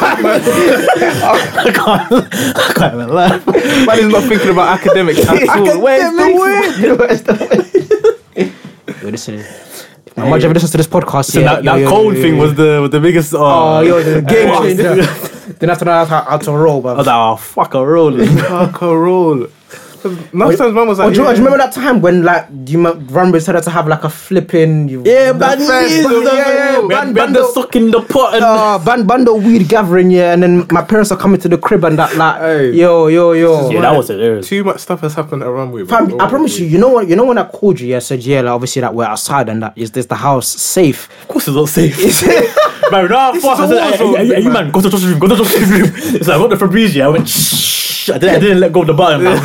E: can't I can't even laugh.
C: Man is not thinking about academics at all. Where's the word?
D: Yo, listen. If my manager ever listens to this podcast,
E: So
D: yeah,
E: that,
D: yo,
E: that
D: yo,
E: cold
D: yo,
E: thing
D: yo.
E: was the was the biggest uh,
D: Oh, yo, the game
E: Wow.
D: changer. Then after that, how, how to roll,
E: I was
D: but.
E: like, oh fuck a rolling.
C: Carol. Most times, man was
D: Oh,
C: like,
D: do, you, do
C: yeah.
D: you remember that time when like you remember had to have like a flipping you,
E: Yeah, man,
C: friends,
E: yeah,
C: yeah, yeah,
E: man,
D: man,
E: man,
D: bundle.
E: the sock in the pot and
D: uh, band bundle weed gathering yeah, and then my parents are coming to the crib and that like
C: Hey.
D: yo yo yo.
E: yeah, that was hilarious.
C: Too much stuff has happened at Runway.
D: Fam,
E: Oh.
D: I promise you, you know what? You know when I called you, yeah, I said, yeah, like, obviously that we're outside and that is this the house safe?
E: Of course, it's not safe. man, nah, fuck. I
C: is
E: said,
C: a war
E: hey,
C: zone,
E: hey, hey, you man, go to the dressing room. Go to the dressing room. It's like I got the Febreze. yeah, I went. Shh. I didn't, I didn't let go of the button. man.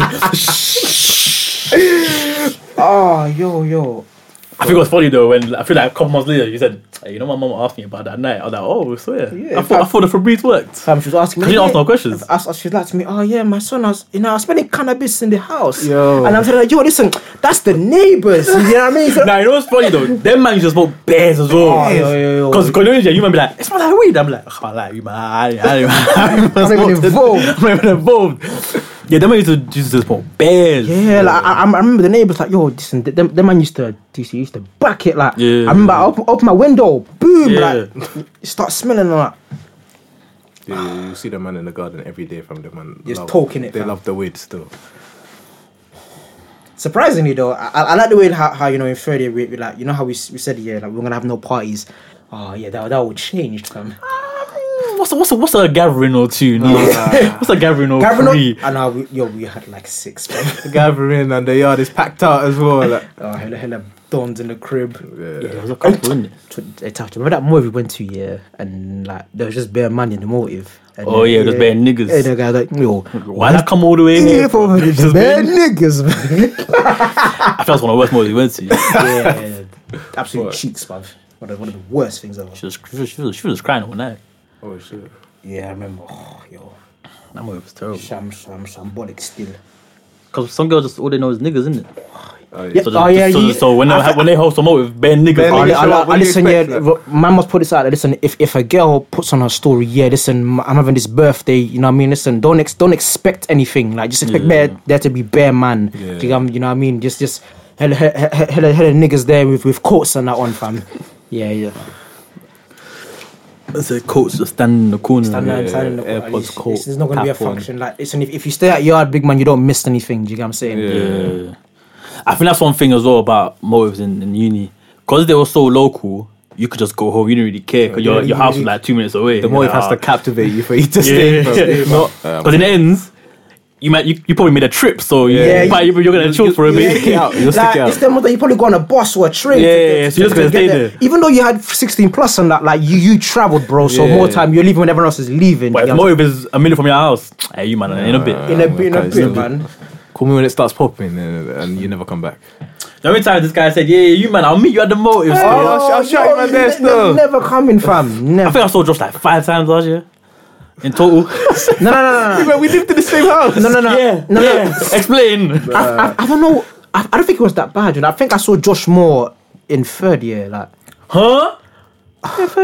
D: Oh yo yo.
E: I think it was funny though when I feel like a couple months later you said, hey, you know, my mum asked me about that night. I was like, oh, so yeah.
D: Yeah,
E: I, thought, I thought the Febreze worked.
D: Fam, Um, she was asking me.
E: She didn't ask
D: yeah.
E: no questions.
D: I asked, she's like to me, oh yeah, my son has, you know, I was spending cannabis in the house.
C: Yo.
D: And I'm telling her, yo, listen, that's the neighbors. You know what I mean? So,
E: Nah, you know what's funny though? Them man used to smoke bears as well.
D: Oh, yo, yo, yo.
E: Because Indonesia, you might be like, it's not like weed. I'm like, I can't lie, you man. I, I, I, I,
D: I'm not even
E: smoked it.
D: involved.
E: I'm not even involved. Yeah, them man used to, used to smoke bears.
D: yeah, like I, I I remember the neighbors like, yo, listen, th- them, them man used to, DC used to back it like.
E: Yeah.
D: I remember I open, open my window, boom,
E: Yeah.
D: like, it starts smelling and like,
C: you, you see the man in the garden every day from the man.
D: Just talking it,
C: They
D: fam.
C: love the weed still.
D: surprisingly though, I, I I like the way how, how you know in Friday we, we like you know how we, s- we said yeah like we're gonna have no parties. Oh yeah, that that would change. Fam.
E: What's a, what's a, what's a gathering or two? No. what's a gathering or
D: Gavin,
E: three?
D: I know. Yo, we had like six. Fam.
C: The gathering and the yard is packed out as well. Like,
D: oh hella hella dons in the crib.
C: yeah.
E: There was a couple, innit?
D: Tw- It's tough. Remember that movie we went to yeah, and like there was just bare money in the motive. And
E: Oh,
D: then,
E: yeah, there's bare niggas.
D: Yeah, the guy like yo.
E: Why did I come all the way
D: Yeah,
E: here?
D: for
E: bro? Just
D: bare
E: been-
D: niggas, man.
E: I felt one of the worst movies we went to.
D: yeah, yeah, yeah. absolute cheats, man. One of, one of the worst things ever.
E: She was, she was, she was, she was crying all night.
C: Oh shit.
D: Yeah, I remember. Oh, yo,
E: That movie was terrible.
D: sham, sham, shambolic still.
E: Because some girls just all they know is niggas, isn't it?
C: Oh, yeah.
D: Yeah.
E: So, just,
D: Oh, yeah,
E: so,
D: you-
E: so when, they,
D: I-
E: when they host a motive, bare niggas.
C: Bare
E: all
C: niggas.
E: they-
D: I,
C: So
D: I,
C: what
D: I
C: do you
D: listen, yeah,
C: expect, like?
D: r- man must put this out. like, Listen, if, if a girl puts on her story, yeah, listen, I'm having this birthday, you know what I mean? Listen, don't ex- don't expect anything. Like, just expect
E: Yeah.
D: bare, there to be bare man. Do you,
C: Yeah.
D: get- you know what I mean? Just, just, hella, hella, hella, hella, hella niggas there with, with coats and that one, fam. Yeah, yeah.
E: It's a coach just standing in the corner.
D: Stand there and stand in the
C: AirPods
D: corner. It's-
C: coat,
D: This is not going to be a
C: tap on.
D: function. Like, listen, if, if you stay at yard, big man, you don't miss anything. Do you get what I'm saying?
E: Yeah. I think that's one thing as well about motives in, in uni. Because they were so local, you could just go home. You didn't really care because your, your house was like two minutes away.
C: The motive has to captivate you for you to
E: Yeah.
C: stay.
E: Um,
C: fam.
E: Because in the ends, you might you, you probably made a trip, so yeah,
D: Yeah,
E: but you, you're gonna chill for a
C: You'll
E: bit.
C: stick it out. You'll
D: like,
C: stick it out.
D: It's them that you probably go on a bus or a train.
E: Yeah, yeah, yeah, so you're just gonna
D: get
E: stay there.
D: Even though you had 16 plus and that, like you, you traveled, bro. So
C: Yeah.
D: more time you're leaving when everyone else is leaving.
E: But
D: you
E: if
D: know what
E: motive is a minute from your house, hey, you man, in a bit.
D: I'm saying? in a bit, in a
C: Okay,
D: bit,
C: so-
D: man.
C: Call me when it starts popping and, and you never come back.
E: The only time this guy said, "Yeah, yeah, you man, I'll meet you at the motive."
C: Oh,
E: store."
C: I'll sh- I'll shout you my
D: ne-
C: best,
D: ne-
C: though.
D: Never coming, fam.
E: I
D: Never.
E: think I saw Josh like five times last year in total.
D: No, no, no, no,
C: we lived in the same house.
D: no, no, no,
E: yeah,
D: no, no.
E: yeah. Explain.
D: I, I don't know. I, I don't think it was that bad. You know? I think I saw Josh Moore in third year. Like,
E: Huh?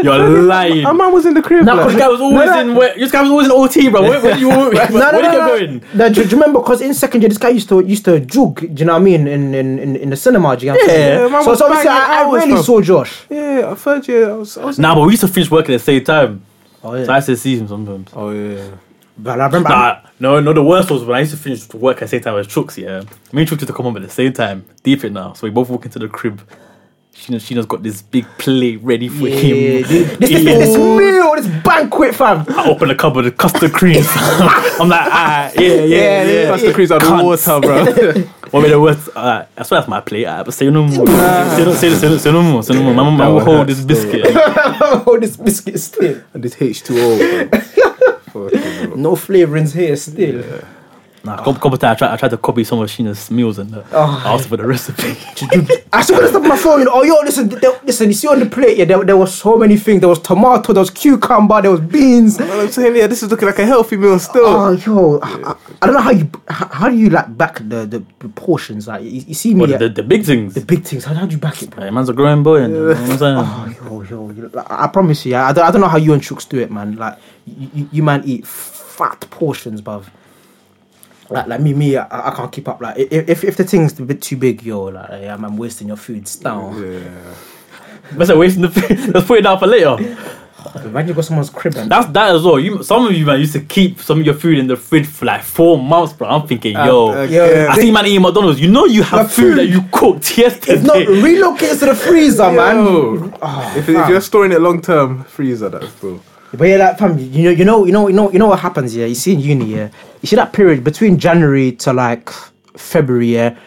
E: You're lying.
C: My man was in the crib.
E: Nah, 'cause this guy was always
D: no.
E: in. Where, this guy was always in OT, bro. Where, where you? Where, where
D: No, no,
E: did you
D: no,
E: get
D: no.
E: going?
D: No, do, do you remember? Because in second year, this guy used to used to jog. Do you know what I mean? In in, in, in the cinema, do you know what I'm
E: Yeah.
D: saying?
C: Yeah, man
D: so,
C: was
D: so obviously,
C: banging
D: I, I
C: hours,
D: really
C: bro.
D: saw Josh.
C: yeah, third year. I was. I was
E: Nah, but we used to finish work at the same time.
D: Oh
E: So I used to see him sometimes.
C: Oh yeah.
D: But I remember.
E: Nah, no, no. The worst was when I used to finish work at the same time as Chooks. Yeah, me and Chooks used to come home at the same time. Deep it now, so we both walk into the crib. Sheena, Sheena's got this big plate ready for
D: Yeah,
E: him.
D: dude. Eh, This, this, this meal, this banquet, fam.
E: I open the cupboard, the custard cream. I'm like, ah, yeah, yeah, yeah.
C: That's the crease out the
E: Cunts.
C: water, bro.
E: What made it worse? Uh, I swear that's my plate. Uh, but say no more. say, no, say, no, say, no, say no more. Say no more. My mum
C: That
E: will
C: one
E: hold
C: hurts
E: this biscuit.
D: oh, this biscuit still.
C: and this H two O. Fucking bro.
D: No flavorings here still.
E: Nah, couple, couple times I tried, I tried to copy some of Sheena's meals and uh,
D: Oh.
E: I asked for the recipe.
D: I still gotta stop my phone. You know, oh, yo, listen, th- th- listen. You see on the plate, yeah, there, there was so many things. There was tomato, there was cucumber, there was beans.
C: Man, I'm saying, yeah, this is looking like a healthy meal still.
D: Oh, yo, I, I- I don't know how you how, how do you like back the the proportions. Like you, you see me,
E: But
D: yeah,
E: the,
D: the,
E: the big things.
D: big things. How, how do you back it, bro?
E: Hey, man's a growing boy. And, you know what I'm saying?
D: Oh, yo, yo, yo, like, I I promise you, I, I don't, I don't know how you and Chooks do it, man. Like, you, you, you man eat fat portions, bruv. Like, like me, me, I, I can't keep up. Like, i- if, if the thing's a bit too big, yo, like, yeah, I'm, I'm wasting your food. Down.
E: That's a wasting the food. Let's put it down for later.
D: Imagine you got someone's crib and
E: That's that as well. You, some of you man used to keep some of your food in the fridge for like four months, bro. I'm thinking, yo,
C: okay.
E: I see man eating McDonald's. You know you have
D: But
E: food that
D: food-
E: you cooked yesterday.
D: If not, relocate it to the freezer, man.
C: Yo.
D: Oh,
C: If, if
D: fam.
C: you're storing it long term, freezer that bro.
D: But yeah, like fam, you know, you know, you know, you know, you know what happens here. You see in uni, yeah, you see that period between January to like February, yeah,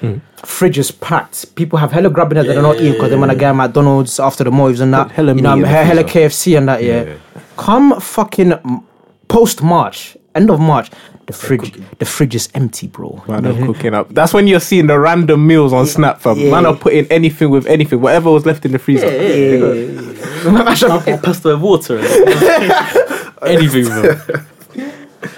D: fridge is packed. People have hella grabbing that they're not eating because they want to get McDonald's after the moves and that.
C: Hella
D: you know,
C: meat in the
D: hella
C: freezer.
D: KFC and that. Yeah, come fucking m- post March, end of March, the fridge, the fridge is empty, bro.
C: Man, I'm cooking up. That's when you're seeing the random meals on Snap, fam. Man, I'm putting anything with anything, whatever was left in the freezer.
E: Or pasta with water. Anything, bro.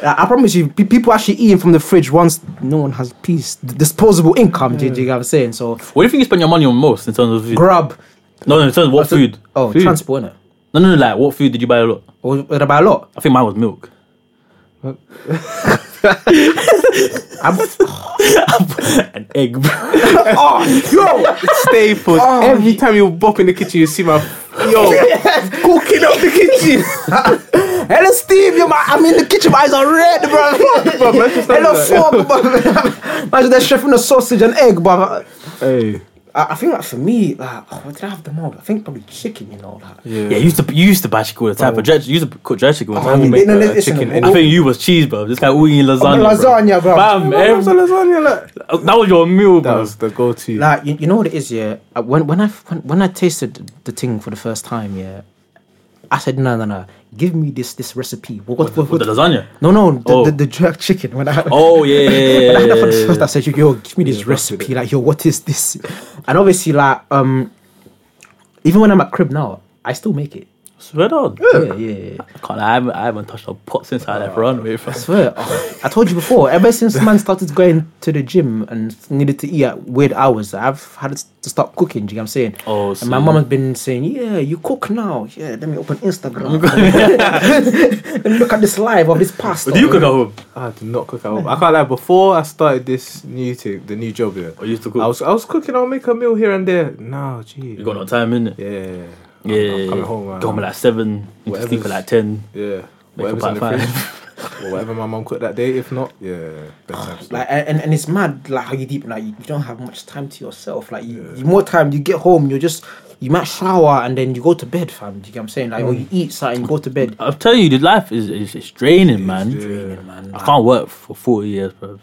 D: I I promise you, pe- people actually eating from the fridge once no one has peace, d- disposable income. Do you, do you get what I'm saying? So
E: What do you think you spend your money on most in terms of food?
D: grab.
E: No, no, in terms of what food?
D: Oh, er
C: Food.
D: transport. innit?
E: No, no, no, like what food did you buy a lot?
D: Or what about a lot?
E: I think mine was milk.
D: I'm,
E: An egg, bro.
D: oh, yo,
C: Staples. Every time you bop in the kitchen, you see my yo cooking up the kitchen.
D: hello, Steve. Yo, my, I'm in the kitchen. My eyes are red, bro.
C: Bro, let's just start
D: hello,
C: with that.
D: fork, bro. Imagine they're chefing a sausage and egg, bro.
C: Hey,
D: I, I think like for me, like, oh, what did I have the most? I think probably chicken, you know. Like.
C: yeah. Oh.
E: Yeah, you used to you used to buy chicken all the time. But dredge, you used to cook dredge chicken all the
D: I
E: time.
D: mean,
C: make
D: no,
C: the
D: listen,
C: chicken
D: bro.
C: and-
E: I think you was cheese, bro. This guy eating lasagna.
D: lasagna, bro.
E: Bam,
C: Man, what's
E: Um, every-
C: the lasagna like?
E: that was your meal,
C: That
E: bro.
C: was the go-to.
D: Like you, you know what it is, yeah. Uh, When when I when, when I tasted the thing for the first time, yeah, I said no no no, give me this this recipe. What what, what,
E: With the lasagna.
D: No no, the,
E: Oh.
D: the, the jerk chicken. When I had,
E: Oh yeah, yeah, yeah,
D: when I had
E: yeah,
D: that for the
E: yeah,
D: first, I
E: yeah.
D: said yo, yo give me this recipe. Like yo, what is this? And obviously like um, even when I'm at crib now, I still make it.
E: Swear on.
D: Yeah yeah. yeah.
E: I can't. I haven't, I haven't touched a pot since I
C: Oh,
E: left runway. fam.
D: I swear, oh, I told you before. Ever since man started going to the gym and needed to eat at weird hours, I've had to stop cooking. Do you know what I'm saying?
E: Oh,
D: and my
E: so-
D: mum has been saying, "Yeah, you cook now. Yeah, let me open Instagram. let me look at this live of this pasta."
E: Do you cook at home?
C: I did not cook at home. I can't lie. Before I started this new thing, the new job here,
E: Or Oh, you used to cook?
C: I was I was cooking. I'll make a meal here and there. No, gee,
E: You got no time in it.
C: yeah,
E: Yeah, yeah, yeah.
C: coming home, man.
E: Go home at like seven. You can sleep
C: Whatever's-
E: at like ten.
C: yeah.
E: Wake
C: Whatever's
E: up
C: in
E: at
C: the fridge, or whatever my mom cooked that day. If not, yeah, bedtime stuff.
D: Like and, and- and it's mad like how you deep like you don't have much time to yourself like you, you more time you get home you're just you might shower and then you go to bed fam do you get what I'm saying like or
E: Mm.
D: you eat something you go to bed
E: I'll tell you, the life is is, is draining, man.
C: draining,
E: man. I can't work for forty years, bro.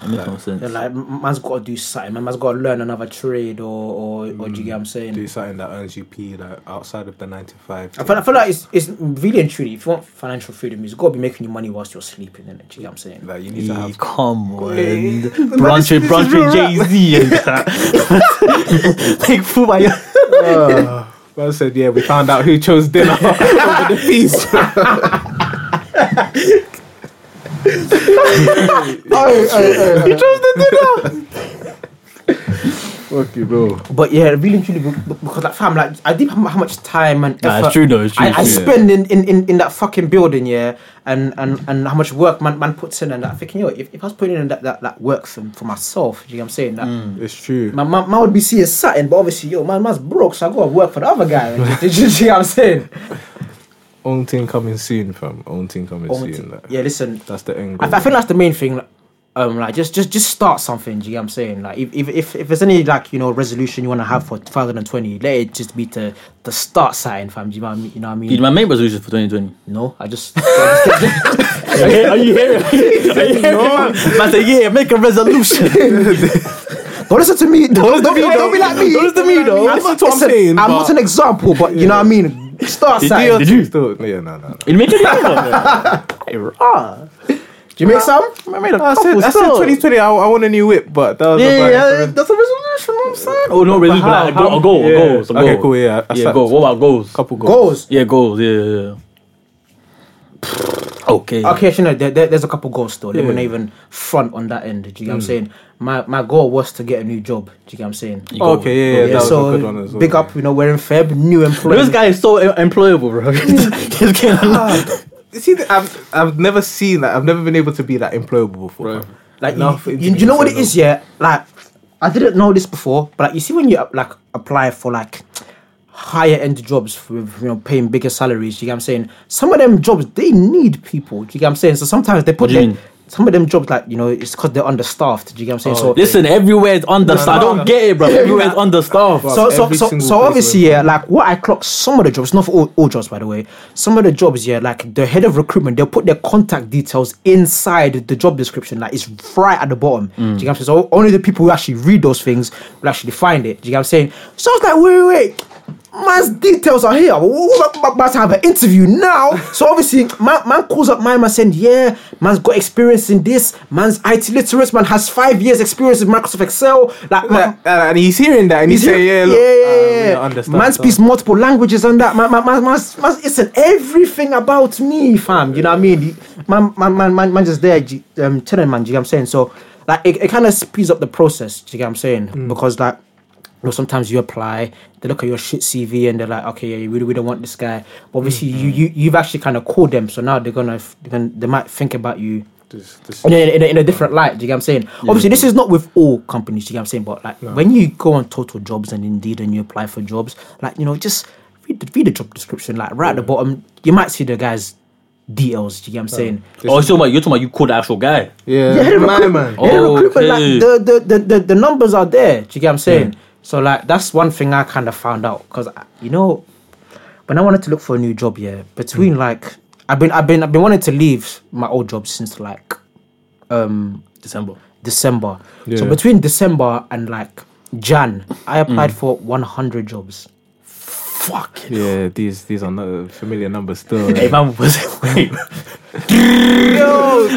E: That makes no sense.
D: Yeah, like m- man's got to do something. Man, man's got to learn another trade, or or, or do you
E: Mm,
D: get what I'm
C: do
D: saying?
C: something that earns you P like outside of the nine to five.
D: I feel, I feel like it's it's really and truly. If you want financial freedom, you got to be making your money whilst you're sleeping. Innit? Do you get what I'm saying?
C: Like you need to
E: Eh,
C: have
E: Come on,
C: Eh,
E: brunch with brunch with Jay Z and that. Take food by your.
D: Uh,
C: Man said, yeah, we found out who chose dinner over the feast.
D: Oh, oh, oh,
C: chose the dinner. Fuck you, bro.
D: But yeah, really and truly, be- be- because like fam, like I did how how much time and
E: Nah,
D: effort
E: it's true though, it's true,
D: I, I
E: it's true.
D: spend in, in, in, in that fucking building, yeah, and, and, and how much work man, man puts in, and that thinking, yo, if, if I was putting in that that, that work for, for myself, you know what I'm saying? That
E: Mm.
C: It's true.
D: my man, man would be seeing something, but obviously, yo, man, man's broke, so I gotta work for the other guy. Do you see what I'm saying?
C: Own thing coming soon, fam. Own thing coming soon. like.
D: Yeah, listen,
C: That's the end
D: I,
C: goal.
D: I think that's the main thing. like, Um, like just, just, just start something. Do you know what I'm saying? Like, if, if, if, if there's any like you know resolution you want to have for 2020, let it just be to to start something, fam. Do you know what I mean? You know what I mean?
E: Dude, my main resolution for 2020.
D: no, I just
E: Are you hearing? Are you hearing? I said, yeah, make a resolution.
D: don't listen to me. Don't,
C: listen to
D: don't, be,
C: me,
D: don't be
C: though.
D: like me.
C: Don't listen to me, though.
D: Listen-
C: That's not what I'm
D: listen,
C: saying,
D: I'm
C: but-
D: not an example, but you know what I mean. Start something.
E: Did you?
C: Still, yeah, no, no, no.
E: You make it happen.
D: Ah. Do you make some? I made a
C: I said,
D: couple.
C: I said
D: still.
C: 2020, I, I want a new whip, but that was
D: Yeah,
C: about
D: yeah, that's a resolution. I'm saying.
E: Oh no, resolution.
C: how-
E: Like, a goal, a
C: how-
E: goal,
C: yeah.
E: a goal, some
C: Okay,
E: goal.
C: cool, yeah, I
E: yeah,
C: said-
E: goal. What about goals?
C: couple goals.
D: Goals.
E: Yeah, goals. Yeah, yeah. yeah. okay.
D: Okay, actually, no, there, there- there's a couple goals still. Let me
C: Yeah.
D: not even front on that end. Do you get what I'm
C: Mm.
D: saying? My my goal was to get a new job. Do you get what I'm saying?
E: You
C: Oh,
E: goal.
C: okay, yeah, yeah, that was
D: so
C: a good one as well.
D: big up, you know, we're in Feb, new
E: This
D: employment.
E: guy is so em- employable, bro. He's getting a lot.
C: See, th- I've I've never seen that. I've never been able to be that employable before.
F: Right.
C: fam.
D: like,
C: Now for
D: you,
C: it to
D: you,
C: be
D: you know what it
C: so
D: is, yeah? Like, I didn't know this before, but like, you see when you like apply for like higher end jobs with you know paying bigger salaries. You get what I'm saying? Some of them jobs they need people. Do you get what I'm saying? So sometimes they put
E: do you
D: their-
E: mean?
D: some of them jobs like you know it's because they're understaffed. Do you get what I'm saying?
C: Ah. Oh,
D: so
E: Listen, everywhere is understaffed. I don't get it, bro. Everywhere is understaffed.
D: so so
C: every
D: so,
C: single
D: so
C: place
D: obviously
C: where-
D: yeah like what i clock some of the jobs not for all, all jobs by the way some of the jobs yeah like the head of recruitment they'll put their contact details inside the job description like it's right at the bottom do you know what i'm saying so only the people who actually read those things will actually find it do you know what i'm saying so i was like wait wait wait Man's details are here. We're about to have an interview now. So obviously, man, man calls up man, man saying, yeah, man's got experience in this. Man's IT literate. Man has five years experience in Microsoft Excel. Like, man,
C: Like, uh, and he's hearing that, and he's,
D: Is
C: saying,
D: it?
C: "Yeah, look, uh,
D: yeah, yeah, yeah.
C: understand."
D: Man speaks multiple languages and that. Man, man, man, man, man, listen, everything about me, fam. You know what I mean? Man, man, man, man, man just there, g- um, telling man. Do you know what I'm saying? So, like, it, it kind of speeds up the process. Do you know what I'm saying?
C: Mm.
D: Because like. You know, sometimes you apply, they look at your shit CV and they're like, okay, yeah, we, we don't want this guy. But obviously,
C: Mm,
D: you, you you've actually kind of called them, so now they're gonna, f- they're gonna they might think about you
C: This- this-
D: in a, in a, in a different light. Do you get what I'm saying? Obviously, this is not with all companies. Do you get what I'm saying? But like when you go on Total Jobs and Indeed and you apply for jobs, like you know, just read the, read the job description. Like right at the bottom, you might see the guy's details. Do you get what I'm saying?
E: Oh, you're talking about you're talking about you called the actual guy.
C: yeah,
D: head of
C: my
D: recruitment-
C: man.
D: head of recruitment,
E: Okay.
D: like the, the, the, the, the numbers are there. Do you get what I'm saying? So like that's one thing I kind of found out because you know when I wanted to look for a new job, yeah,
C: Mm.
D: between like I've been I've been I've been wanting to leave my old job since like um
E: December.
D: December. So
C: Yeah.
D: between December and like Jan, I applied
C: Mm.
D: for 100 jobs.
E: Fuck.
C: Yeah, these these are not familiar numbers still.
E: Hey, man, was wait?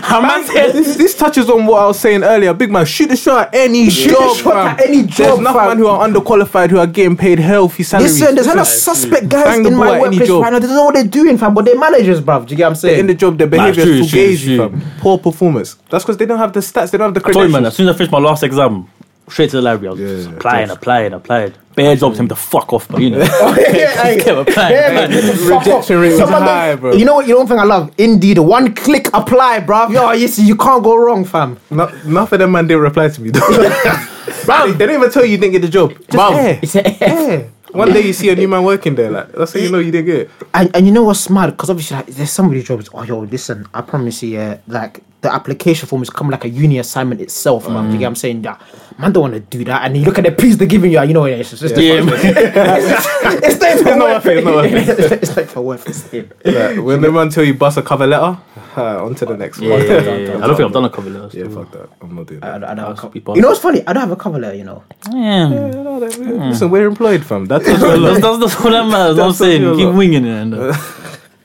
E: How man said
C: this, this touches on what I was saying earlier. Big man, shoot the shot at any job.
D: shot
C: fam.
D: at any
C: There's
D: job,
C: enough
D: fam.
C: man who are underqualified who are getting paid healthy salaries.
D: Listen, there's a lot of
C: Listen,
D: suspect
C: Bang
D: guys
C: the
D: in
C: ball
D: my
C: at any
D: workplace
C: job.
D: right now. They don't know what they're doing, fam, but they're managers, bruv. Do you get what I'm saying?
C: in the job, their behavior
E: true,
C: is
E: it's true, it's
C: fugazi,
E: true.
C: fam. Poor performance. That's because they don't have the stats. They don't have the
E: Sorry,
C: credentials.
E: man, as soon as I finished my last exam, straight to the library, I was just
C: Yeah,
E: applying, applying, applying. Bare jobs him to fuck off, but you know.
C: Oh,
E: Just kept applying, applying.
C: Rejection rate was
D: Someone don't-
C: high, bro.
D: You know what? You don't think I love? Indeed, one click apply, bruv. Yo, you see, you can't go wrong, fam.
C: No, none of them man didn't reply to me. Though. they, they didn't even tell you you didn't get the job. Just air.
D: It's a-
C: Air. One day you see a new man working there, like that's how you know you didn't get it.
D: and, and you know what's mad? Because obviously, like, there's some of these jobs. Oh, yo, listen, I promise you, yeah, like the application form is coming like a uni assignment itself, man. You get what I'm saying? That man don't want to do that. And you look at the piece they're giving you, like, you know, yeah, it's just it's
E: Yeah,
D: not- it's not even
C: not
D: worth
C: worth it, it's not worth
D: it. It's not even worth it.
C: Like, when the man tell you bust a cover letter, uh, on to the next
E: Yeah,
C: one.
E: yeah, yeah, yeah. I don't think I've done a cover letter.
C: Yeah,
E: still.
C: fuck that. I'm not doing
D: I
C: that.
D: don't- I don't have a
E: Must be
D: co- You know what's funny? I don't have a cover letter, you know.
E: Yeah.
C: Yeah, no, that-
E: Mm.
C: Listen, we're employed, fam. That's
E: that's, that's, that's what that matters. I'm
C: That's what you
E: saying, keep
C: lot.
E: winging it. And, uh,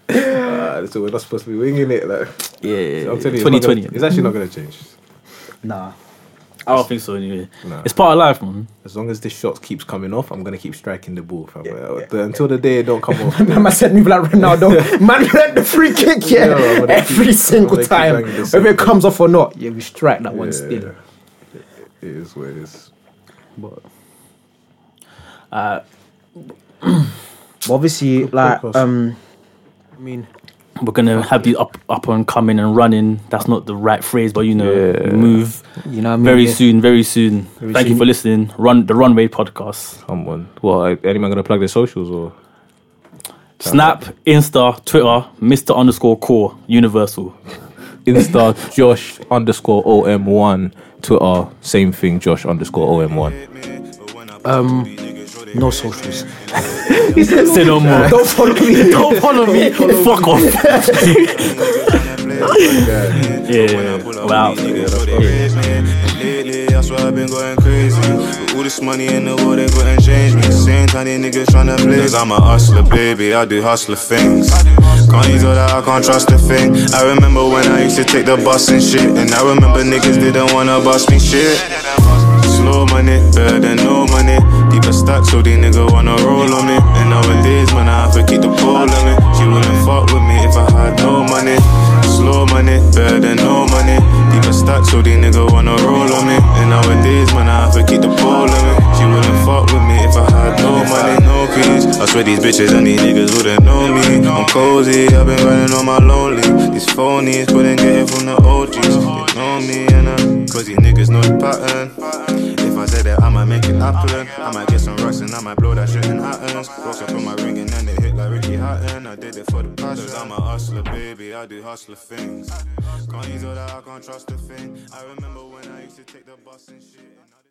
C: uh, so we're not supposed to be winging it. Like,
E: yeah, yeah,
C: I'm
E: yeah.
C: telling you, it's not gonna-
E: 2020.
C: It's actually not going to change.
D: Nah.
E: I don't think so anyway.
C: Nah.
E: It's part of life, man.
C: As long as this shot keeps coming off, I'm going to keep striking the ball, fam. Uh, the- until the day it don't come off.
D: Man said move like Ronaldo. Man let the free kick, yeah.
C: Yeah, well, they
D: Every
C: keep-
D: single
C: they keep
D: time.
C: banging the
D: Whether
C: same
D: it comes off or not, yeah, we strike that one
C: Yeah,
D: still.
C: It is what it is. But
D: But obviously, like,
C: podcast.
D: um, I mean,
E: We're gonna have you up, up and coming and running. That's not the right phrase, but you know,
C: Yeah.
E: move
D: you know, what I mean,
E: very
D: Yeah.
E: soon, very soon. Thank you
D: soon.
E: for listening. Run the Runway podcast.
C: Come on. Well, I- anyone gonna plug their socials or?
E: Snap, Insta, Twitter, Mister underscore Core Universal.
C: Insta Josh underscore OM1. Twitter, same thing, Josh underscore OM1.
B: Um,
D: No socials.
E: Say no more.
D: Don't follow me.
E: Don't follow me. Fuck off.
B: Yeah,
E: wow.
B: Lately, that's why I've been going crazy. But all this money in the world, they couldn't change me. Same tiny niggas tryna play. Cause I'm a hustler, baby, I do hustler things. Can't you tell that I can't trust a thing? I remember when I used to take the bus and shit. And I remember niggas didn't wanna bust me shit. Slow money, better than no money. Deeper stack, so these nigga wanna roll on me. And nowadays, man, I have to keep the pole on me. She wouldn't fuck with me if I had no money. Slow money, better than no money. Deeper stack, so these nigga wanna roll on me. And nowadays, man, I have to keep the pole on me. She wouldn't fuck with me if I had no money, no peace. I swear these bitches and these niggas wouldn't know me. I'm cozy, I've been running on my lonely. These phonies couldn't get it from the OGs. They know me and I, cause these niggas know the pattern. If I said that, I might make it happen. I might get some rocks and I might blow that shit in Hattons. Rocks up on my ring and then it hit like Ricky Hatton. I did it for the passion. i I'm a hustler, baby, I do hustler things. Can't use all that, I can't trust a thing. I remember when I used to take the bus and shit.